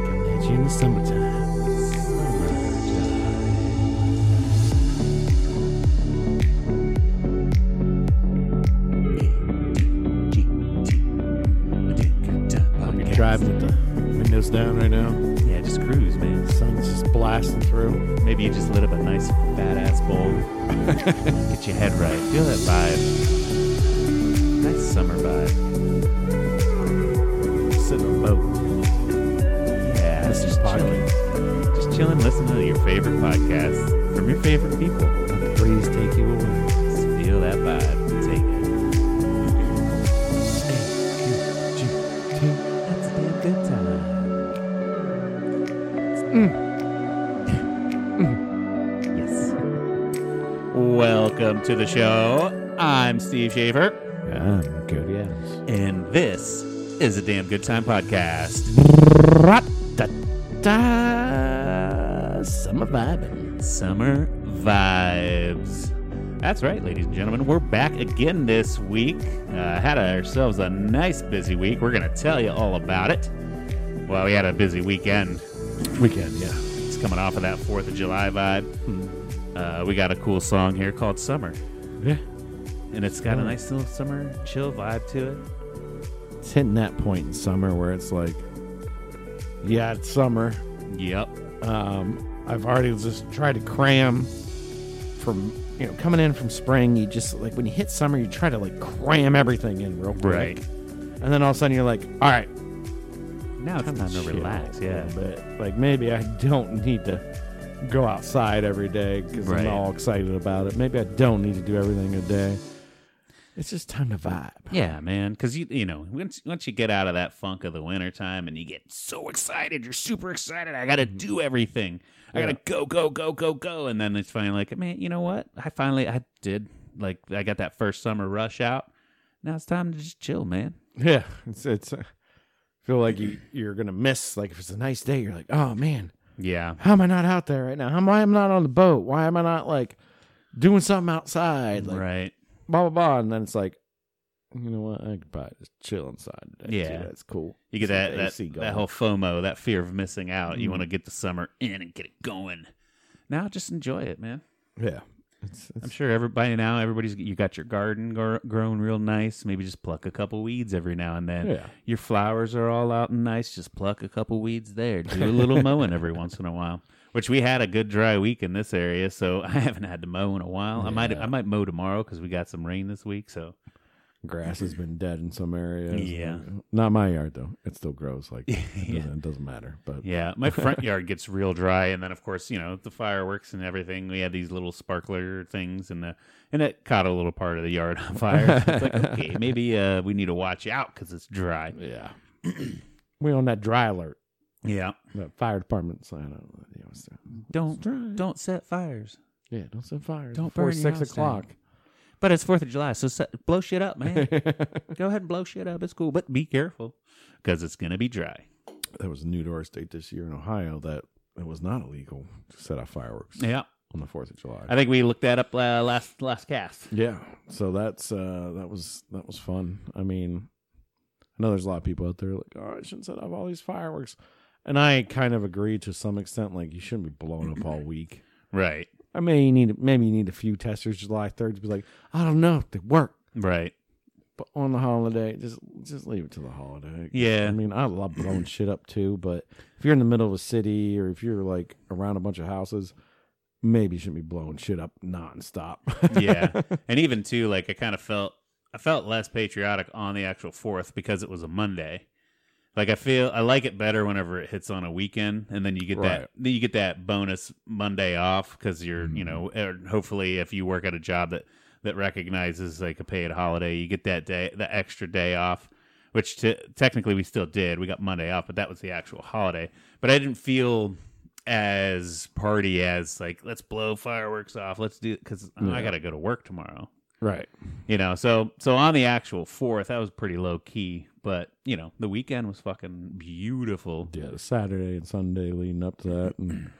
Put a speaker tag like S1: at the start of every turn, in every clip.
S1: the summertime. You're driving with the windows down right now.
S2: Yeah, just cruise, man.
S1: The sun's just blasting through.
S2: Maybe you just lit up a nice fat ass bowl. Get your head right. Feel that vibe. Nice summer vibe.
S1: Sitting on a boat.
S2: Yeah,
S1: This is
S2: just chilling.
S1: podcast.
S2: Just chilling, listening to your favorite podcasts from your favorite people.
S1: Let the breeze take you away.
S2: Just feel that vibe. and Take it. That's a damn good time. Yes. Welcome to the show. I'm Steve Shaver.
S1: I'm Cody Adams.
S2: And this is a damn good time podcast.
S1: Da, summer vibing.
S2: Summer vibes. That's right, ladies and gentlemen. We're back again this week. Uh, had ourselves a nice busy week. We're going to tell you all about it. Well, we had a busy weekend.
S1: Weekend, yeah.
S2: It's coming off of that 4th of July vibe. Uh, we got a cool song here called Summer.
S1: Yeah.
S2: And it's got a nice little summer chill vibe to it.
S1: It's hitting that point in summer where it's like, yeah, it's summer.
S2: Yep.
S1: Um, I've already just tried to cram from, you know, coming in from spring. You just, like, when you hit summer, you try to, like, cram everything in real quick.
S2: Right.
S1: And then all of a sudden you're like, all right,
S2: Now it's time to
S1: chill
S2: relax.
S1: a
S2: Yeah.
S1: little bit. Like, maybe I don't need to go outside every day because
S2: Right.
S1: I'm all excited about it. Maybe I don't need to do everything a day. It's just time to vibe.
S2: Yeah, man, because you you know once once you get out of that funk of the wintertime and you get so excited, you're super excited. I gotta do everything. I
S1: Mm-hmm. Yeah.
S2: gotta go go go go go, and then it's finally like, man, you know what? I finally I did like I got that first summer rush out. Now it's time to just chill, man.
S1: Yeah, it's it's. I feel like you you're gonna miss. Like if it's a nice day, you're like, oh man,
S2: Yeah,
S1: how am I not out there right now? How am I am not on the boat? Why am I not like doing something outside? Like
S2: right.
S1: blah blah blah. And then it's like, you know what? I could probably just chill inside. Today
S2: Yeah.
S1: too. that's cool.
S2: You get that
S1: the AC
S2: that,
S1: going.
S2: that whole FOMO, that fear of missing out. You
S1: Mhm.
S2: want to get the summer in and get it going. Now just enjoy it, man.
S1: Yeah, it's, it's
S2: I'm sure everybody now, everybody's you got your garden gr- grown real nice. Maybe just pluck a couple weeds every now and then.
S1: yeah.
S2: Your flowers are all out and nice. Just pluck a couple weeds there. Do a little mowing every once in a while. Which we had a good dry week in this area, so I haven't had to mow in a while. I might
S1: Yeah.
S2: I might mow tomorrow because we got some rain this week. So
S1: Grass has been dead in some areas. Uh,
S2: Yeah.
S1: not my yard though. It still grows. Like it doesn't,
S2: Yeah.
S1: it doesn't matter. But
S2: yeah, my front yard gets real dry, and then of course you know the fireworks and everything. We had these little sparkler things, and the and it caught a little part of the yard on fire. So it's like okay, maybe uh, we need to watch out because it's dry.
S1: yeah, we on that dry alert.
S2: Yeah,
S1: The fire department sign. I don't know. Yeah, it's-
S2: don't
S1: Right.
S2: don't set fires.
S1: Yeah, don't set fires.
S2: Don't
S1: before
S2: burn your
S1: six
S2: house down.
S1: o'clock.
S2: But it's Fourth of July, so set, blow shit up, man. Go ahead and blow shit up. It's cool, but be careful because it's gonna be dry.
S1: there was a new to our state this year in Ohio that it was not illegal to set off fireworks
S2: Yeah,
S1: on the Fourth of July.
S2: I think we looked that up uh, last last cast.
S1: yeah, so that's uh, that was that was fun. I mean, I know there's a lot of people out there like, oh, I shouldn't set off all these fireworks, and I kind of agree to some extent. Like, you shouldn't be blowing up all week.
S2: Right,
S1: I mean, you need maybe you need a few testers July third to be like, I don't know if they work,
S2: right.
S1: but on the holiday, just just leave it to the holiday. I
S2: Yeah,
S1: mean, I love blowing shit up too, but if you're in the middle of a city or if you're like around a bunch of houses, maybe you shouldn't be blowing shit up nonstop.
S2: yeah, and even too, like I kind of felt I felt less patriotic on the actual Fourth because it was a Monday. Like I feel I like it better whenever it hits on a weekend, and then you get that
S1: Right.
S2: then you get that bonus Monday off because you're you
S1: Mhm.
S2: know or hopefully if you work at a job that that recognizes like a paid holiday, you get that day the extra day off. Which t- technically we still did. We got Monday off, but that was the actual holiday. But I didn't feel as party as like let's blow fireworks off. Let's do because I
S1: Yeah.
S2: gotta go to work tomorrow.
S1: right.
S2: You know, so so on the actual fourth, that was pretty low key, but you know, the weekend was fucking beautiful.
S1: Yeah, the Saturday and Sunday leading up to that. And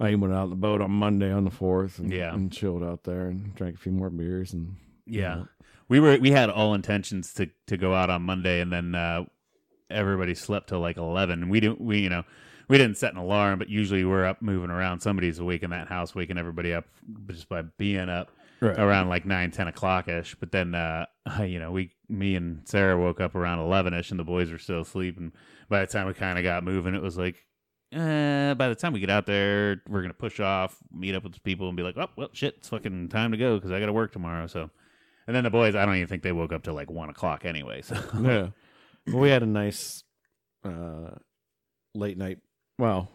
S1: I even went out on the boat on Monday on the 4th and,
S2: Yeah.
S1: and chilled out there and drank a few more beers. And
S2: Yeah. We were we had all intentions to to go out on Monday and then uh everybody slept till like eleven. We didn't we you know we didn't set an alarm, but usually we're up moving around. Somebody's awake in that house, waking everybody up just by being up
S1: Right.
S2: around like 9 10 o'clock ish but then uh you know we me and sarah woke up around 11 ish and the boys were still asleep and by the time we kind of got moving it was like uh, by the time we get out there we're gonna push off meet up with the people and be like oh well shit it's fucking time to go because i gotta work tomorrow so and then the boys i don't even think they woke up till like 1 o'clock anyway so
S1: yeah. Well, we had a nice uh, late night. Well,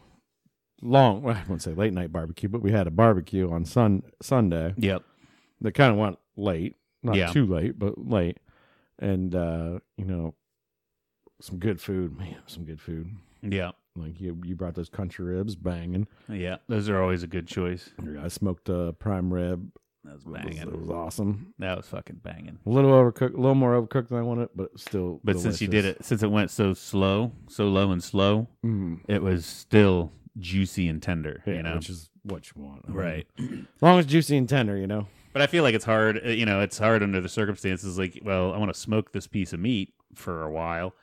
S1: long. Well, I wouldn't say late night barbecue, but we had a barbecue on sun Sunday
S2: yep
S1: that kind of went late, not
S2: Yeah.
S1: too late, but late, and uh, you know, some good food, man, some good food.
S2: yeah
S1: Like you, you brought those country ribs, banging.
S2: yeah those are always a good choice
S1: I smoked a prime rib.
S2: that was
S1: It was, it was
S2: banging
S1: awesome.
S2: that was fucking banging
S1: A little overcooked, a little more overcooked than I wanted, but still.
S2: but since you did
S1: delicious.
S2: it since it went so slow so low and slow
S1: Mm.
S2: it was still juicy and tender,
S1: Yeah,
S2: you know.
S1: which is what you want, I mean,
S2: right.
S1: As long as juicy and tender, you know.
S2: But I feel like it's hard, uh, you know, it's hard under the circumstances like, well, I want to smoke this piece of meat for a while,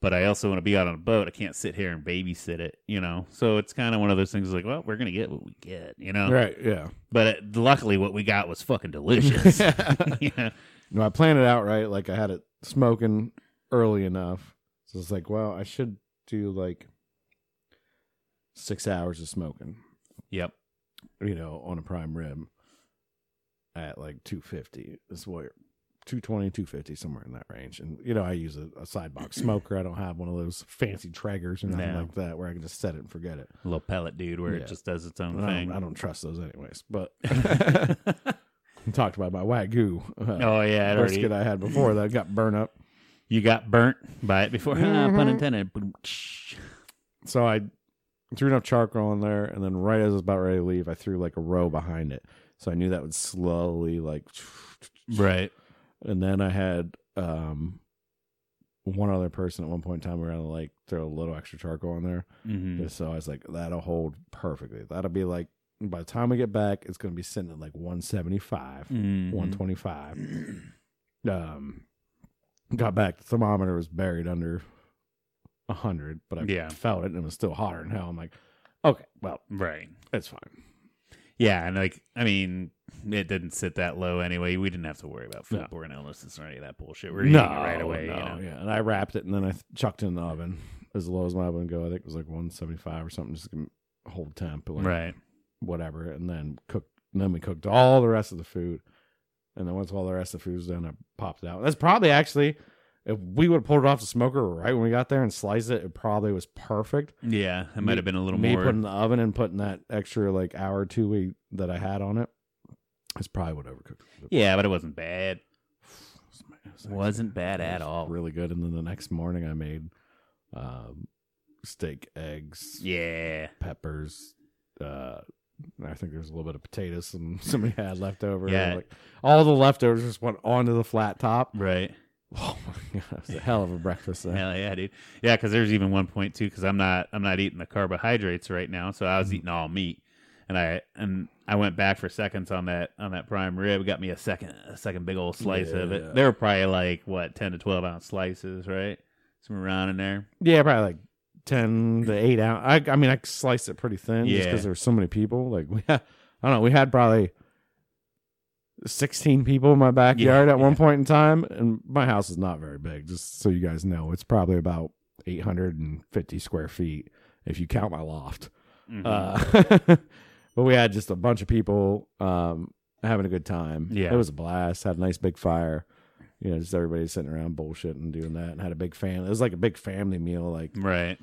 S2: but I also want to be out on a boat. I can't sit here and babysit it, you know. So it's kind of one of those things like, well, we're going to get what we get, you know.
S1: Right? Yeah.
S2: But it, luckily what we got was fucking delicious. yeah.
S1: No, I planned it out right. Like I had it smoking early enough, so it's like, well, I should do like six hours of smoking,
S2: Yep.
S1: you know, on a prime rib at like two fifty. Is what. 220 250 somewhere in that range and you know i use a, a side box smoker i don't have one of those fancy traggers or nothing
S2: No.
S1: like that where i can just set it and forget it
S2: A little pellet dude where
S1: Yeah.
S2: it just does its
S1: I
S2: own
S1: don't,
S2: thing.
S1: I don't trust those anyways but talked about my wagyu uh,
S2: oh yeah, it already,
S1: brisket I had before that got burnt up.
S2: you got burnt by it before. Ah, pun
S1: Mhm.
S2: intended.
S1: So I threw enough charcoal in there, and then right as I was about ready to leave, I threw like a row behind it. So I knew that would slowly like,
S2: Right.
S1: and then I had um one other person at one point in time around like throw a little extra charcoal in there.
S2: Mm-hmm.
S1: And So I was like, that'll hold perfectly. That'll be like by the time we get back, it's gonna be sitting at like one seventy five.
S2: Mm-hmm.
S1: 125. um, got back. The thermometer was buried under 100, but I
S2: Yeah.
S1: felt it and it was still hotter than hell. I'm like, okay, well,
S2: Right.
S1: it's fine.
S2: Yeah, and like I mean, it didn't sit that low anyway. We didn't have to worry about
S1: No.
S2: foodborne illnesses or any of that bullshit. We We're eating it right away.
S1: No,
S2: you know?
S1: yeah. And I wrapped it and then I th- chucked it in the oven as low as my oven would go. I think it was like 175 or something, just give 'em hold temp, like
S2: Right.
S1: whatever. And then cooked. And then we cooked all the rest of the food. And then once all the rest of the food was done, I popped it out. That's probably actually, if we would have pulled it off the smoker right when we got there and sliced it, it probably was perfect.
S2: Yeah, it might
S1: Me-
S2: have been a little
S1: me
S2: more.
S1: putting the oven and putting that extra like hour or two we that I had on it is probably what overcooked. it.
S2: yeah, but it wasn't bad. Wasn't bad
S1: It
S2: at
S1: was
S2: all.
S1: Really good. And then the next morning I made um, steak, eggs,
S2: Yeah.
S1: peppers. Uh, and I think there's a little bit of potatoes some somebody had left over.
S2: Yeah.
S1: Like, all the leftovers just went onto the flat top.
S2: Right.
S1: Oh my god, it was a hell of a breakfast. There.
S2: Hell yeah, dude. Yeah, because there's even one point too. Because I'm not, I'm not eating the carbohydrates right now. So I was
S1: Mhm.
S2: eating all meat, and I and I went back for seconds on that on that prime rib. Got me a second, a second big old slice of
S1: Yeah.
S2: it. They were probably like what ten to twelve ounce slices, right? Somewhere around in there.
S1: Yeah, probably like ten to eight ounce. I, I mean, I sliced it pretty thin just
S2: Yeah.
S1: because there were so many people. Like we, had, I don't know, we had probably sixteen people in my backyard at one
S2: yeah.
S1: point in time, and my house is not very big. Just so you guys know, it's probably about eight hundred and fifty square feet if you count my loft.
S2: Mhm.
S1: Uh, but we had just a bunch of people um, having a good time.
S2: Yeah.
S1: it was a blast. Had a nice big fire. You know, just everybody sitting around bullshitting and doing that, and had a big family. It was like a big family meal. Like
S2: Right.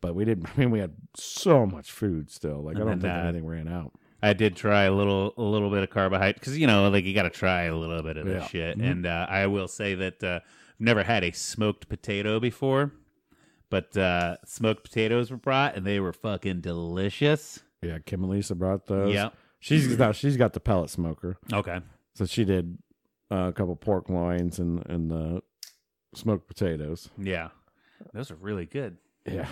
S1: but we didn't. I mean, we had so much food still. Like
S2: And
S1: I don't
S2: then
S1: think
S2: that-
S1: anything ran out.
S2: I did try a little a little bit of carbohydrate because you know like you got to try a little bit of this
S1: Yeah.
S2: shit.
S1: Mhm.
S2: And uh, I will say that uh, I've never had a smoked potato before, but uh, smoked potatoes were brought and they were fucking delicious.
S1: Yeah, Kim and Lisa brought those.
S2: Yep. Mm-hmm.
S1: she's now she's got the pellet smoker,
S2: Okay.
S1: so she did uh, a couple pork loins and and the smoked potatoes.
S2: Yeah. Those are really good.
S1: Yeah,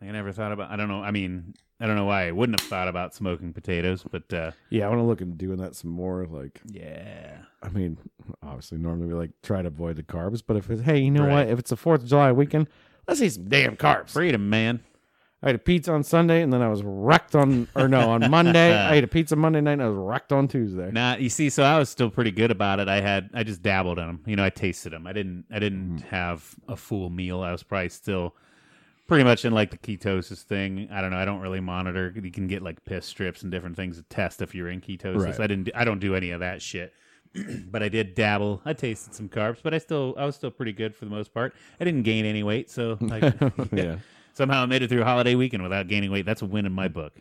S2: Like, I never thought about. I don't know. I mean, I don't know why I wouldn't have thought about smoking potatoes, but uh,
S1: yeah. I want to look into doing that some more. Like,
S2: yeah,
S1: I mean, obviously normally we like try to avoid the carbs, but if it's hey, you know
S2: Right.
S1: what? If it's the Fourth of July weekend, Let's eat some damn carbs.
S2: Freedom, man.
S1: I had a pizza on Sunday, and then I was wrecked on, or no, on Monday. I ate a pizza Monday night, and I was wrecked on Tuesday.
S2: Nah, you see, so I was still pretty good about it. I had, I just dabbled in them. You know, I tasted them. I didn't, I didn't have a full meal. I was probably still pretty much in like the ketosis thing. I don't know. I don't really monitor. You can get like piss strips and different things to test if you're in ketosis.
S1: Right.
S2: I didn't, do- I don't do any of that shit. but I did dabble. I tasted some carbs, but I still, I was still pretty good for the most part. I didn't gain any weight, so like,
S1: Yeah.
S2: somehow I made it through holiday weekend without gaining weight. That's a win in my book.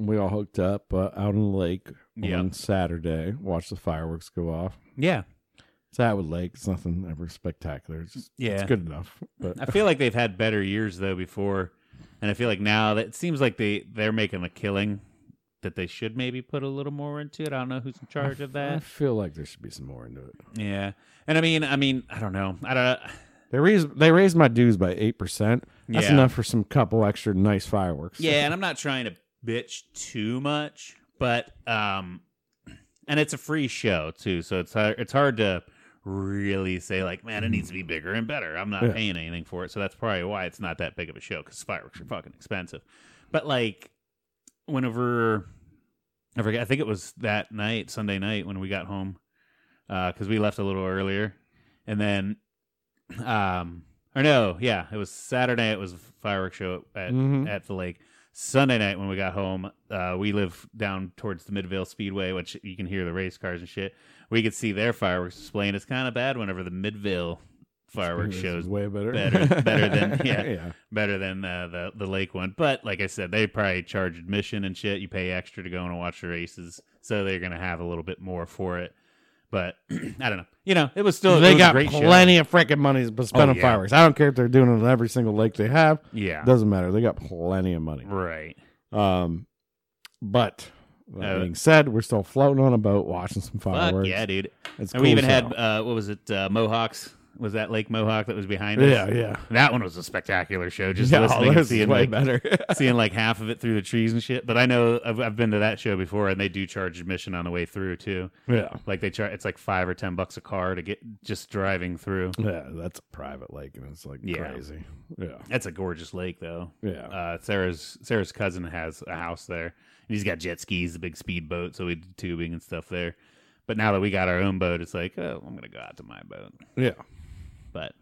S1: We all hooked up uh, out on the lake
S2: Yeah.
S1: on Saturday. Watched the fireworks go off.
S2: Yeah.
S1: It's out with lake. It's nothing ever spectacular. It's just
S2: Yeah.
S1: it's good enough. But
S2: I feel like they've had better years though before, and I feel like now that it seems like they they're making a killing that they should maybe put a little more into it. I don't know who's in charge of
S1: I
S2: that.
S1: feel like there should be some more into it.
S2: Yeah, and I mean, I mean, I don't know. I don't.
S1: They raised they raised my dues by eight percent. That's
S2: Yeah.
S1: enough for some couple extra nice fireworks.
S2: Yeah, and I'm not trying to bitch too much, but um, and it's a free show too, so it's hard, it's hard to really say like, man, it needs to be bigger and better. I'm not
S1: Yeah.
S2: paying anything for it, so that's probably why it's not that big of a show because fireworks are fucking expensive. But like, whenever I forget, I think it was that night, Sunday night when we got home, because we left a little earlier, and then um. Or no, yeah, it was Saturday. It was a fireworks show at
S1: Mhm.
S2: at the lake. Sunday night when we got home, uh, we live down towards the Midvale Speedway, which you can hear the race cars and shit. We could see their fireworks display, and it's kind of bad whenever the Midvale fireworks
S1: This
S2: shows
S1: is way better.
S2: better- better than- yeah.
S1: yeah.
S2: better than uh, the the lake one. But like I said, they probably charge admission and shit. You pay extra to go and watch the races, so they're gonna have a little bit more for it. But I don't know. You know, it was still it
S1: they
S2: was
S1: got
S2: a great show.
S1: plenty of freaking money to spend
S2: Oh,
S1: on
S2: yeah.
S1: fireworks. I don't care if they're doing it on every single lake they have.
S2: Yeah,
S1: Doesn't matter. They got plenty of money.
S2: right.
S1: Um, but that
S2: Uh,
S1: being said, we're still floating on a boat watching some
S2: Fuck
S1: fireworks.
S2: yeah, dude.
S1: It's
S2: And we
S1: cool
S2: even
S1: as
S2: had
S1: hell.
S2: uh, what was it? Uh, Mohawks was that Lake Mohawk that was behind us?
S1: yeah, yeah.
S2: That one was a spectacular show. Just
S1: yeah,
S2: listening and
S1: this is
S2: seeing
S1: way
S2: like,
S1: better.
S2: seeing like half of it through the trees and shit. But I know I've, I've been to that show before, and they do charge admission on the way through too.
S1: yeah.
S2: Like they charge, it's like five or ten bucks a car to get just driving through.
S1: Yeah, that's a private lake and it's like
S2: Yeah. Uh,
S1: crazy. Yeah.
S2: That's a gorgeous lake though.
S1: Yeah.
S2: Uh, Sarah's Sarah's cousin has a house there, and he's got jet skis, a big speedboat, so we did tubing and stuff there. But now that we got our own boat, it's like, oh, I'm gonna go out to my boat.
S1: yeah.
S2: But,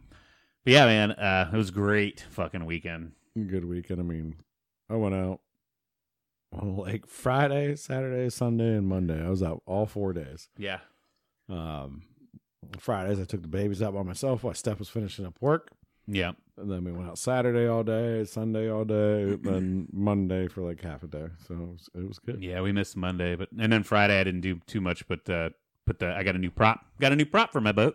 S2: but yeah, man, uh, it was great fucking weekend.
S1: Good weekend. I mean, I went out on a lake Friday, Saturday, Sunday, and Monday. I was out all four days.
S2: Yeah,
S1: Um Fridays I took the babies out by myself while Steph was finishing up work.
S2: yeah,
S1: And then we went out Saturday all day, Sunday all day, then Monday for like half a day. So it was, it was good.
S2: yeah. We missed Monday, but and then Friday I didn't do too much, but uh, but the, I got a new prop. Got a new prop for my boat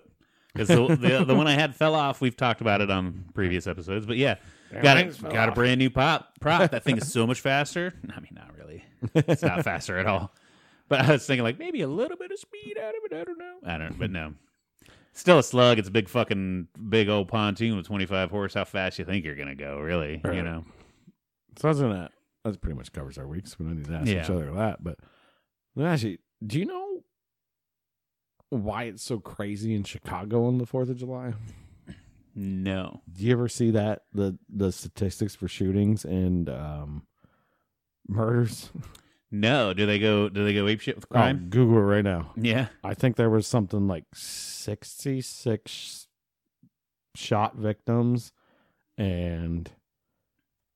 S2: because the, the the one I had fell off. We've talked about it on previous episodes, but yeah,
S1: Damn
S2: got
S1: things
S2: a,
S1: fell
S2: got a
S1: off.
S2: brand new pop prop. That thing is so much faster. I mean, not really. It's not faster at all. But I was thinking like maybe a little bit of speed out of it. I don't know. I don't. But no. Still a slug. It's a big fucking big old pontoon with twenty five horse. How fast you think you're gonna go? Really? You
S1: Right.
S2: know?
S1: So other than that, that pretty much covers our weeks. We don't need to ask
S2: Yeah.
S1: each other that. But let me ask you, do you know why it's so crazy in Chicago on the Fourth of July?
S2: No.
S1: Do you ever see that the the statistics for shootings and um, murders?
S2: No. Do they go? Do they go ape shit with
S1: I'll
S2: crime?
S1: Google it right now.
S2: Yeah.
S1: I think there was something like sixty six shot victims and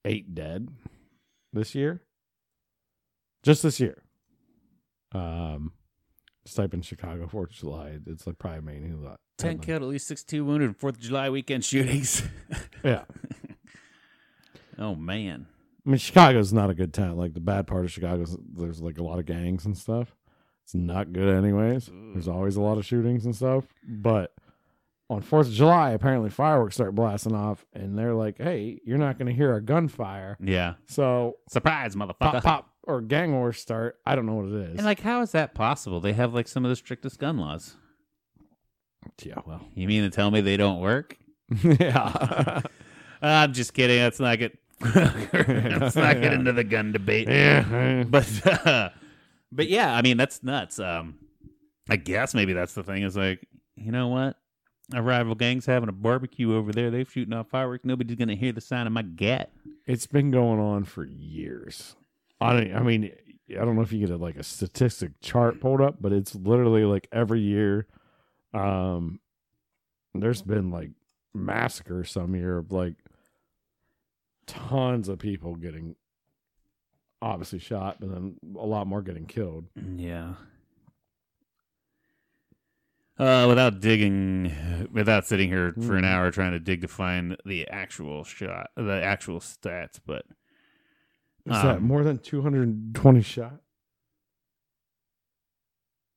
S1: eight dead this year. Just this year. Um just type in Chicago Fourth of July. It's like probably mainly that.
S2: Ten killed, at least sixty-two wounded in Fourth of July weekend shootings.
S1: Yeah.
S2: oh man.
S1: I mean Chicago's not a good town. Like the bad part of Chicago is there's like a lot of gangs and stuff. It's not good anyways. There's always a lot of shootings and stuff. But on Fourth of July, apparently fireworks start blasting off, and they're like, "Hey, you're not going to hear a gunfire."
S2: Yeah.
S1: So
S2: Surprise, motherfucker.
S1: pop, pop, or gang wars start. I don't know what it is.
S2: And like, how is that possible? They have like some of the strictest gun laws.
S1: yeah, well,
S2: You mean to tell me they don't work? Uh,
S1: yeah,
S2: I'm just kidding. Let's not get let's not get into the gun debate.
S1: yeah.
S2: But uh, but yeah, I mean that's nuts. Um, I guess maybe that's the thing. Is like, you know what? Our rival gang's having a barbecue over there. They're shooting off fireworks. Nobody's gonna hear the sound of my gat.
S1: It's been going on for years. I don't, I mean, I don't know if you get a, like a statistic chart pulled up, but it's literally like every year. Um, there's been like massacre some year of like tons of people getting obviously shot, but then a lot more getting killed.
S2: Yeah. Uh, without digging, without sitting here for an
S1: Mhm.
S2: hour trying to dig to find the actual shot, the actual stats, but
S1: Is that
S2: Um,
S1: more than 220 shot?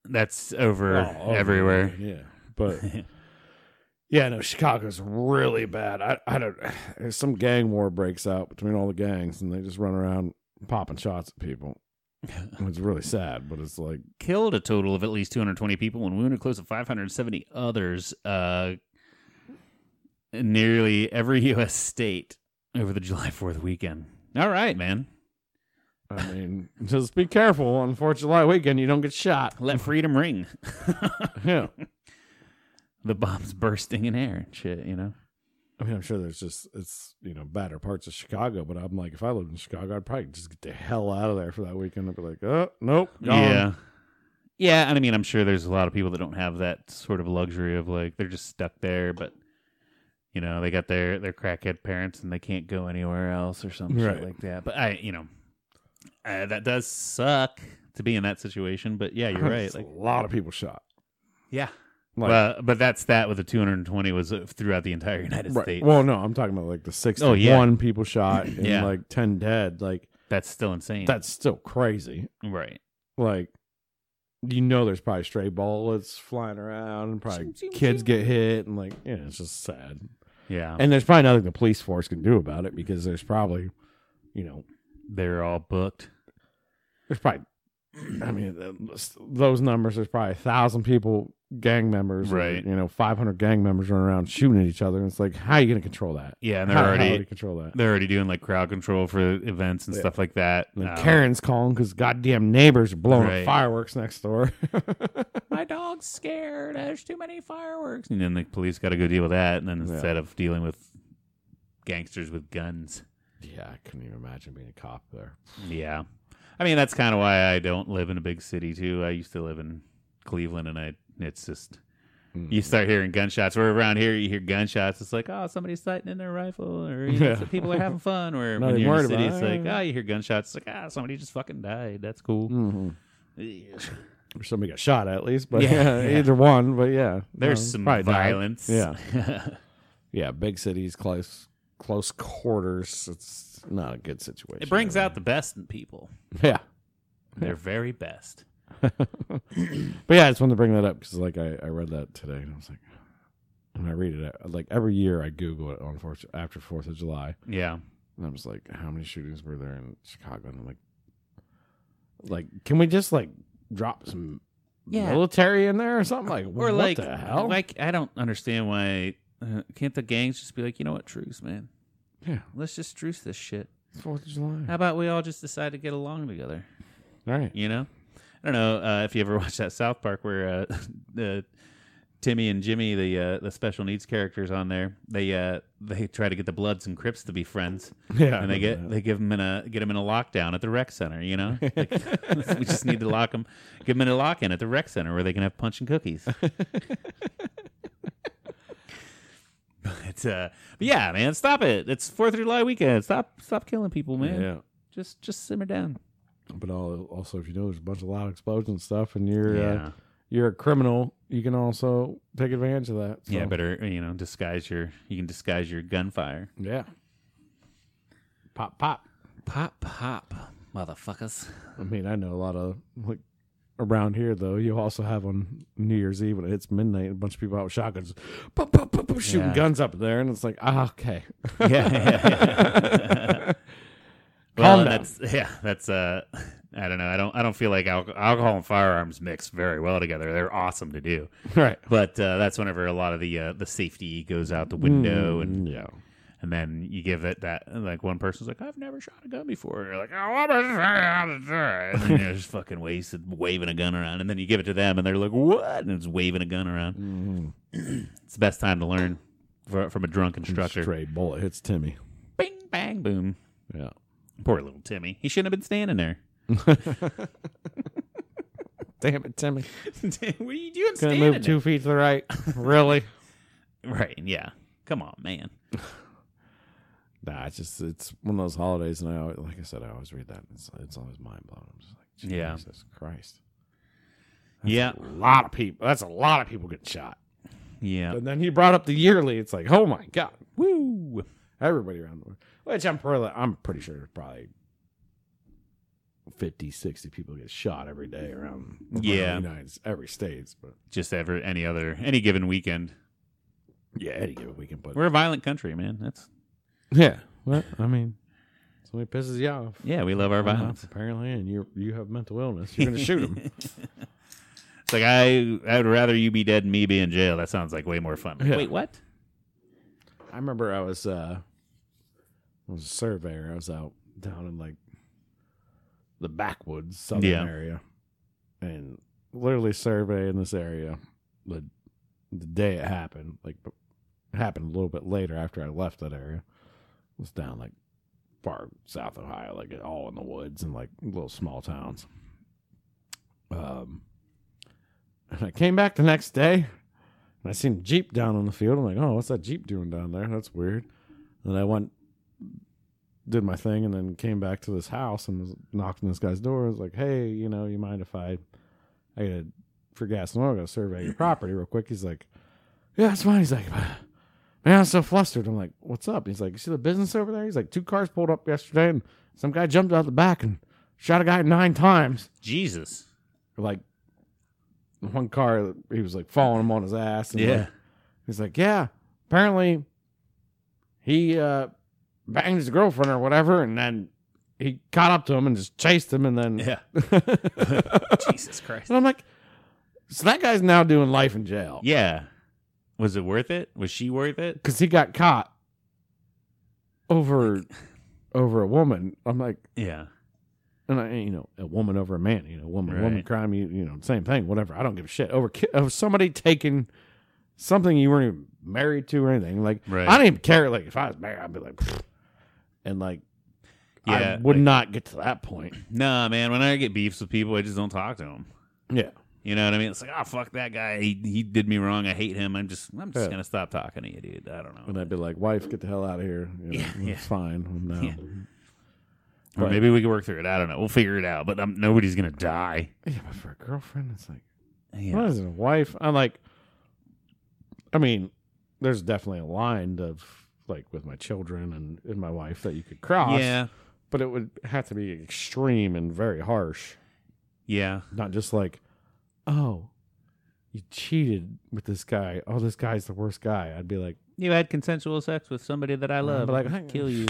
S2: that's over
S1: Oh, oh,
S2: everywhere.
S1: Yeah, but Yeah, no, Chicago's really bad. I, I don't. there's Some gang war breaks out between all the gangs, and they just run around popping shots at people. It's really sad, but it's like
S2: Killed a total of at least 220 people and wounded close to 570 others. Uh, in nearly every U.S. state over the July 4th weekend. All right, man.
S1: I mean, just be careful on Fourth of July weekend. You don't get shot.
S2: Let freedom ring.
S1: Yeah,
S2: the bombs bursting in air and shit, you know?
S1: I mean, I'm sure there's just it's you know badder parts of Chicago, but I'm like, if I lived in Chicago, I'd probably just get the hell out of there for that weekend. I'd be like, oh nope, gone.
S2: Yeah. Yeah, and I mean, I'm sure there's a lot of people that don't have that sort of luxury of like they're just stuck there, but you know they got their their crackhead parents and they can't go anywhere else or some
S1: Right.
S2: shit like that. But I, you know, uh, that does suck to be in that situation. But yeah, you're right.
S1: It's
S2: Like,
S1: a lot of people shot.
S2: yeah,
S1: Like,
S2: well, but that's that with the 220 was uh, throughout the entire United
S1: right.
S2: States.
S1: Well, no, I'm talking about like the 61 people shot and
S2: Oh, Yeah.
S1: like 10 dead. Like
S2: that's still insane.
S1: that's still crazy.
S2: right.
S1: like you know there's probably stray bullets flying around and probably
S2: Zoom, zoom,
S1: kids
S2: zoom.
S1: get hit and like yeah it's just sad
S2: Uh-huh. Yeah,
S1: and there's probably nothing the police force can do about it because there's probably you know
S2: they're all booked.
S1: there's probably i mean th- those numbers there's probably a thousand people gang members or,
S2: Right.
S1: you know 500 gang members running around shooting at each other and it's like how are you going to control that
S2: Yeah, and
S1: how,
S2: they're
S1: how
S2: already
S1: do you control that
S2: they're already doing like crowd control for events and
S1: Yeah.
S2: stuff like that.
S1: and then
S2: Uh,
S1: Karen's calling because goddamn neighbors are blowing
S2: Right.
S1: up fireworks next door.
S2: my dog's scared. There's too many fireworks. And then the police got to go deal with that. And then
S1: Yeah.
S2: instead of dealing with gangsters with guns,
S1: yeah, I couldn't even imagine being a cop there.
S2: yeah. I mean, that's kind of why I don't live in a big city too. I used to live in Cleveland, and I it's just
S1: Mm.
S2: you start hearing gunshots. We're around here, you hear gunshots. It's like oh, somebody's sighting in their rifle, or you know,
S1: Yeah.
S2: so people are having fun. Or when
S1: Nothing
S2: you're in the
S1: worried
S2: city,
S1: about.
S2: it's like oh, you hear gunshots. It's like ah, somebody just fucking died. That's cool.
S1: Mhm.
S2: Ugh.
S1: Mm. or somebody got shot at least, but
S2: Yeah, yeah.
S1: either one. But yeah,
S2: There's
S1: no,
S2: some
S1: probably died.
S2: violence. Yeah.
S1: Yeah, big cities, close close quarters. It's not a good situation.
S2: It brings out the best in people,
S1: yeah,
S2: their very best.
S1: but yeah, I just wanted to bring that up because like I, I read that today and I was like, when I read it, I, like every year I Google it on fourth after Fourth of July,
S2: Yeah.
S1: and I'm just like, how many shootings were there in Chicago? And I'm like, like can we just like drop some
S2: Yeah.
S1: military in there or something? Like
S2: Or
S1: what
S2: like,
S1: the hell?
S2: like I don't understand why uh, can't the gangs just be like, you know what, truce, man.
S1: yeah,
S2: Let's just truce this shit.
S1: Fourth of July.
S2: How about we all just decide to get along together?
S1: All right.
S2: You know, I don't know uh, if you ever watched that South Park where uh, the Timmy and Jimmy, the uh, the special needs characters on there, they uh, they try to get the Bloods and Crips to be friends.
S1: Yeah,
S2: and they
S1: I remember
S2: get
S1: that.
S2: they give them in a get them in a lockdown at the rec center. You know, like, we just need to lock them, give them in a lock in at the rec center where they can have punch and cookies. but, uh, but yeah, man, stop it! It's Fourth of July weekend. Stop stop killing people, man.
S1: Yeah.
S2: Just just simmer down.
S1: But al- also, if you know there's a bunch of loud explosion stuff, and you're uh,
S2: yeah,
S1: you're a criminal, you can also take advantage of that. So,
S2: yeah. Better you know disguise your you can disguise your gunfire.
S1: yeah. Pop pop.
S2: Pop pop, motherfuckers.
S1: I mean, I know a lot of like around here though. You also have on New Year's Eve when it hits midnight, a bunch of people out with shotguns, pop pop pop, pop shooting
S2: Yeah.
S1: guns up there, and it's like, ah, okay,
S2: yeah, yeah.
S1: Calm
S2: well,
S1: down.
S2: that's yeah, that's uh I don't know. I don't I don't feel like alco- alcohol and firearms mix very well together. They're awesome to do.
S1: right.
S2: But uh, that's whenever a lot of the uh, the safety goes out the window and
S1: Mm, yeah,
S2: And then you give it that, and, like one person's like, "I've never shot a gun before." And you're like, "Oh, I'm a shot." And then you're just fucking wasted waving a gun around. And then you give it to them, and they're like, "What?" And it's waving a gun around.
S1: Mhm.
S2: It's the best time to learn for, from a drunk instructor.
S1: Stray bullet hits Timmy.
S2: Bing, bang, boom.
S1: Yeah.
S2: Poor little Timmy. He shouldn't have been standing there.
S1: Damn it, Timmy.
S2: what are you doing
S1: Gonna
S2: standing
S1: move
S2: there?
S1: two feet to the right. really?
S2: Right? Yeah. Come on, man.
S1: Nah, it's just it's one of those holidays, and I always, like I said, I always read that. And it's it's always mind blowing. I'm just like,
S2: Yeah.
S1: Jesus Christ.
S2: yeah.
S1: A lot of people. That's a lot of people getting shot.
S2: Yeah.
S1: And then he brought up the yearly. It's like, oh my god,
S2: Woo.
S1: everybody around the world. Which I'm probably, I'm pretty sure there's probably 50, 60 people get shot every day around, around
S2: Yeah.
S1: the United every states. But
S2: Just ever any other any given weekend.
S1: yeah, any given weekend. But
S2: We're a violent country, man. That's
S1: yeah, what I mean, somebody pisses you off.
S2: yeah. We love our
S1: Uh-huh,
S2: violence.
S1: apparently, and you you have mental illness. You're gonna shoot him.
S2: It's like I I would rather you be dead than me be in jail. That sounds like way more fun. Like,
S1: Yeah.
S2: Wait, what?
S1: I remember I was uh I was a surveyor. I was out down in like the backwoods southern
S2: Yeah.
S1: area and literally surveying this area the the day it happened, like b- it happened a little bit later after I left that area. It was down like far south Ohio, like all in the woods and like little small towns. Um and I came back the next day and I seen a Jeep down on the field. I'm like, oh, what's that Jeep doing down there? That's weird. And I went, did my thing, and then came back to this house and was knocked on this guy's door. I was like, hey, you know, you mind if I, I gotta, for gas and oil, I gotta survey your property real quick. He's like, yeah, that's fine. He's like, man, I'm so flustered. I'm like, what's up? He's like, you see the business over there? He's like, two cars pulled up yesterday, and some guy jumped out the back and shot a guy nine times
S2: Jesus.
S1: like one car he was like following him on his ass and
S2: Yeah.
S1: like, he's like yeah apparently he uh banged his girlfriend or whatever and then he caught up to him and just chased him and then
S2: Yeah. Jesus Christ.
S1: and i'm like so that guy's now doing life in jail
S2: Yeah. Was it worth it? Was she worth it?
S1: because he got caught over over a woman i'm like
S2: Yeah.
S1: and I, you know, a woman over a man, you know, woman, woman
S2: Right.
S1: crime, you, you know, same thing, whatever. I don't give a shit over, ki- over somebody taking something you weren't even married to or anything. Like,
S2: Right.
S1: I don't even care. Like, if I was married, I'd be like, "Pfft." and like,
S2: Yeah,
S1: I would
S2: like-
S1: not get to that point.
S2: Nah, man. When I get beefs with people, I just don't talk to them.
S1: Yeah.
S2: You know what I mean? It's like, oh fuck that guy. He he did me wrong. I hate him. I'm just I'm just
S1: Yeah.
S2: gonna stop talking to you, dude. I don't know.
S1: And I'd be like, wife, get the hell out of here. You know,
S2: Yeah, yeah.
S1: It's fine. I'm now.
S2: Yeah. Or
S1: Right.
S2: maybe we can work through it. I don't know. We'll figure it out. But um, nobody's gonna die.
S1: yeah, but for a girlfriend, it's like,
S2: Yeah.
S1: What is it, a wife? I'm like, I mean, there's definitely a line of like with my children and, and my wife that you could cross.
S2: Yeah.
S1: But it would have to be extreme and very harsh.
S2: Yeah.
S1: Not just like, oh, you cheated with this guy. Oh, this guy's the worst guy. I'd be like,
S2: You had consensual sex with somebody that I love.
S1: but like,
S2: I'd
S1: hang-
S2: kill you.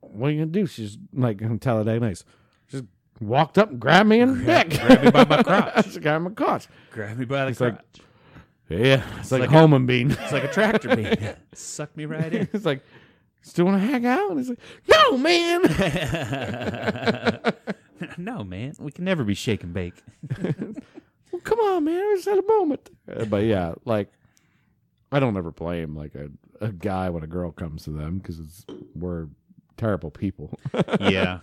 S1: what are you going to do? She's like, I'm telling that nice. Just walked up and grabbed me in the
S2: Grab-
S1: dick.
S2: grabbed me by my crotch.
S1: She grabbed my crotch.
S2: Grab me by the
S1: It's like-
S2: crotch.
S1: Yeah. It's, like,
S2: like a-
S1: home and bean.
S2: it's like a tractor beam. Suck me right in.
S1: it's like, still want to hang out? And he's like, no, man.
S2: no, man. We can never be shake and bake.
S1: well, come on, man. I just had a moment. Uh, But yeah, like, I don't ever blame like a, a guy when a girl comes to them because we're terrible people.
S2: yeah.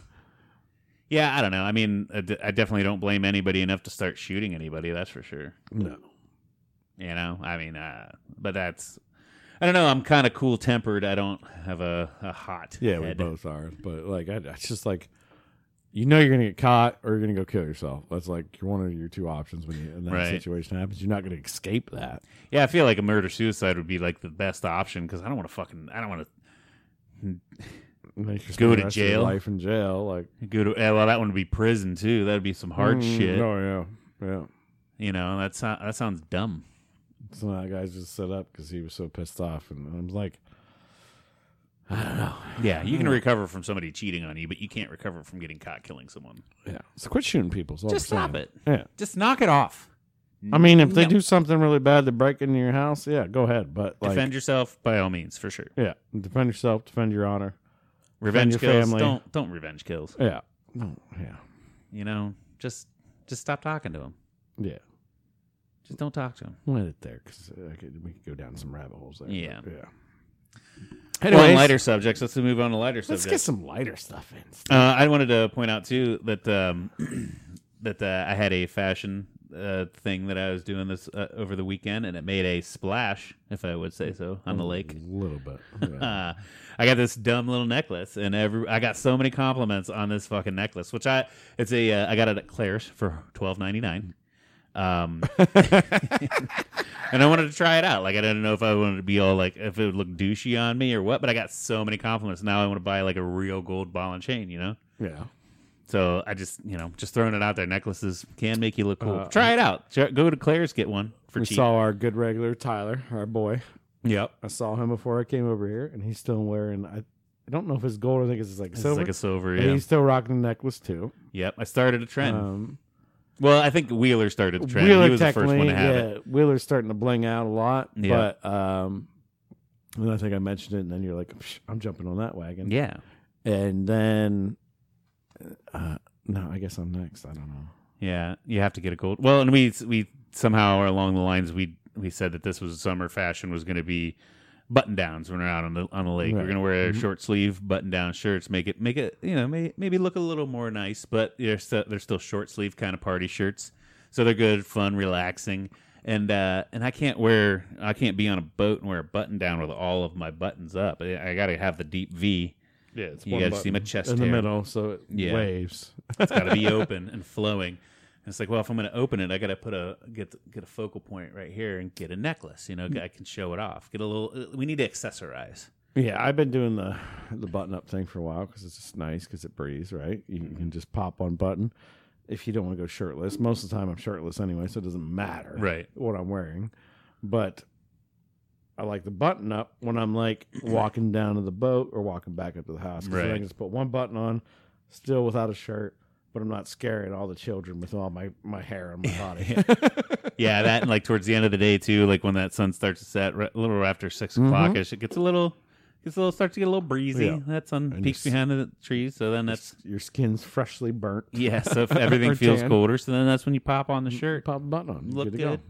S2: Yeah, I don't know. I mean, I d- I definitely don't blame anybody enough to start shooting anybody. That's for sure.
S1: no.
S2: You know, I mean, uh, but that's, I don't know. I'm kind of cool tempered. I don't have a, a hot
S1: Yeah, we
S2: head.
S1: both are. But like, I, I just like, you know, you're gonna get caught or you're gonna go kill yourself. That's like you're one of your two options when you, in that
S2: Right.
S1: situation happens. You're not gonna escape that.
S2: Yeah, I feel like a murder suicide would be like the best option because I don't want to fucking, I don't want
S1: And then you spend
S2: Go
S1: the
S2: to
S1: rest of your
S2: jail.
S1: life in jail, like
S2: to go to, eh, well, that one would be prison too. That would be some hard
S1: mm,
S2: shit.
S1: Oh yeah, yeah.
S2: You know, that's, not, that sounds dumb.
S1: So that guy just set up because he was so pissed off, and I'm like, I don't know.
S2: Yeah, you
S1: Mm.
S2: can recover from somebody cheating on you, but you can't recover from getting caught killing someone.
S1: Yeah. So quit shooting people. is all
S2: Just
S1: we're
S2: stop
S1: saying.
S2: it.
S1: Yeah.
S2: Just knock it off.
S1: I mean, if they
S2: No.
S1: do something really bad to break into your house, yeah, go ahead. But like,
S2: defend yourself by all means for sure.
S1: yeah, defend yourself, defend your honor.
S2: Revenge
S1: your
S2: kills.
S1: family.
S2: Don't don't revenge kills.
S1: Yeah, no, yeah,
S2: You know, just just stop talking to him.
S1: yeah.
S2: Just don't talk to him.
S1: Let it there because could, we could go down some rabbit holes there. but
S2: Yeah.
S1: yeah.
S2: Anyway,
S1: Anyways,
S2: lighter subjects. Let's move on to lighter
S1: Let's
S2: subjects.
S1: get some lighter stuff in.
S2: Uh, I wanted to point out too that um, that uh, I had a fashion uh, thing that I was doing this uh, over the weekend, and it made a splash, if I would say so, on the lake.
S1: A little bit. Yeah.
S2: Uh, I got this dumb little necklace, and every I got so many compliments on this fucking necklace, which I it's a uh, I got it at Claire's for twelve ninety nine. Um, and I wanted to try it out. Like I didn't know if I wanted to be all like if it would look douchey on me or what, but I got so many compliments. Now I want to buy like a real gold ball and chain, you know.
S1: yeah.
S2: So I just, you know, just throwing it out there. Necklaces can make you look cool.
S1: Uh,
S2: Try it out. Try- Go to Claire's, get one for
S1: We
S2: cheap.
S1: saw our good regular Tyler, our boy.
S2: yep,
S1: I saw him before I came over here, and he's still wearing. I, I don't know if it's gold. I think it's like
S2: it's
S1: silver.
S2: like a silver.
S1: and
S2: Yeah.
S1: he's still rocking the necklace too.
S2: Yep, I started a trend.
S1: Um,
S2: well, I think Wheeler started the trend.
S1: Wheeler
S2: he was the first one
S1: technically,
S2: to have
S1: yeah,
S2: it.
S1: Wheeler's starting to bling out a lot,
S2: Yeah.
S1: but um, and I think I mentioned it, and then you're like, "Psh, I'm jumping on that wagon,
S2: Yeah,
S1: and then, uh, no, I guess I'm next. I don't know.
S2: yeah. You have to get a gold. Well, and we we somehow are along the lines we we said that this was summer fashion was going to be button downs when we're out on the on the lake. We're
S1: Right.
S2: going to wear
S1: Mhm.
S2: short sleeve button down shirts. Make it make it you know may, maybe look a little more nice, but they're still, they're still short sleeve kind of party shirts. So they're good, fun, relaxing. And uh, and I can't wear I can't be on a boat and wear a button down with all of my buttons up. I, I got to have the deep V.
S1: Yeah, it's
S2: You got to see my chest
S1: in the
S2: hair.
S1: middle, so it
S2: Yeah.
S1: waves.
S2: It's got to be open and flowing. And it's like, well, if I'm going to open it, I got to put a get get a focal point right here and get a necklace. You know,
S1: Hmm.
S2: I can show it off. Get a little. uh, We need to accessorize.
S1: Yeah, I've been doing the the button up thing for a while because it's just nice because it breathes, right? You
S2: Mm-hmm.
S1: can just pop one button. If you don't want to go shirtless, most of the time I'm shirtless anyway, so it doesn't matter
S2: Right.
S1: what I'm wearing. But I like the button up when I'm like walking down to the boat or walking back up to the house. 'cause then I
S2: Right.
S1: can just put one button on, still without a shirt, but I'm not scaring all the children with all my, my hair on my body.
S2: Yeah, that and like towards the end of the day too. Like when that sun starts to set, ri- a little after 6
S1: Mhm.
S2: o'clock ish, it gets a little. Gets a little starts to get a little breezy.
S1: Yeah.
S2: That sun
S1: And
S2: peaks
S1: you s-
S2: behind the trees, so then that's
S1: Your skin's freshly burnt.
S2: yeah. So if everything
S1: Or
S2: feels
S1: tan. Mm-hmm.
S2: colder, so then that's when you pop on the shirt.
S1: Pop a button on.
S2: Look
S1: to
S2: good.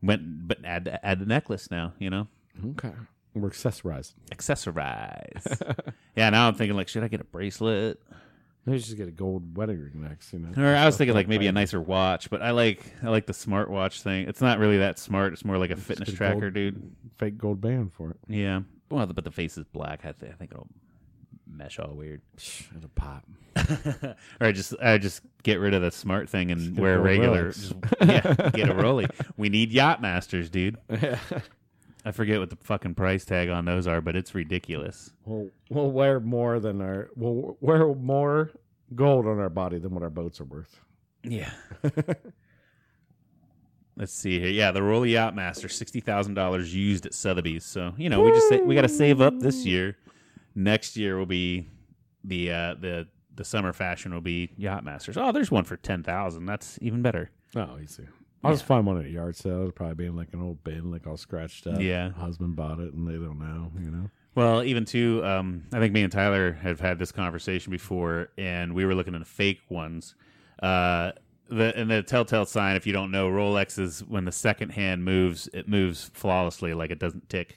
S2: Went but add the, add the necklace now. You know,
S1: Go. Okay. We're accessorized.
S2: accessorize. yeah, now I'm thinking like, should I get a bracelet?
S1: Maybe she's get a gold wedding ring next, you know.
S2: Or I was thinking like maybe a nicer watch, but I like I like the smartwatch thing. It's not really that smart. It's more like a fitness
S1: get a
S2: tracker,
S1: gold-
S2: dude.
S1: fake gold band for it.
S2: Yeah. Well, but the face is black. I, th- I think it'll mesh all weird.
S1: It'll pop.
S2: or I just I just get rid of the smart thing and
S1: get
S2: wear a
S1: a
S2: regular.
S1: Rolex.
S2: Just, yeah, get a Rolly. We need yacht masters, dude. I forget what the fucking price tag on those are, but it's ridiculous.
S1: we'll we'll wear more than our we'll wear more gold on our body than what our boats are worth.
S2: Yeah. Let's see here. Yeah, the Royal Yacht Master, sixty thousand dollars used at Sotheby's. So you know, we just we got to save up this year. Next year will be the uh, the the summer fashion will be Yacht Masters. Oh, there's one for ten thousand. That's even better.
S1: Oh, easy. I'll just find one at a yard sale. It'll probably be in like an old bin, like all scratched up.
S2: Yeah.
S1: Husband bought it and they don't know, you know?
S2: Well, even too, um, I think me and Tyler have had this conversation before, and we were looking at fake ones. Uh, the and the telltale sign, if you don't know, Rolex is when the second hand moves, it moves flawlessly, like it doesn't tick.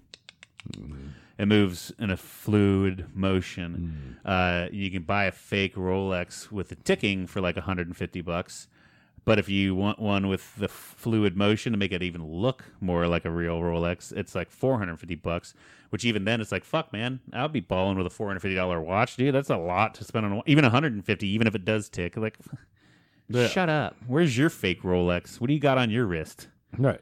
S2: It moves in a fluid motion.
S1: Hmm.
S2: Uh, you can buy a fake Rolex with the ticking for like 150 bucks. But if you want one with the fluid motion to make it even look more like a real Rolex, it's like 450 bucks, which even then it's like, fuck, man, I'll be balling with a $450 watch, dude. That's a lot to spend on a wa- even 150, even if it does tick. Like,
S1: Yeah.
S2: shut up. Where's your fake Rolex? What do you got on your wrist?
S1: Right.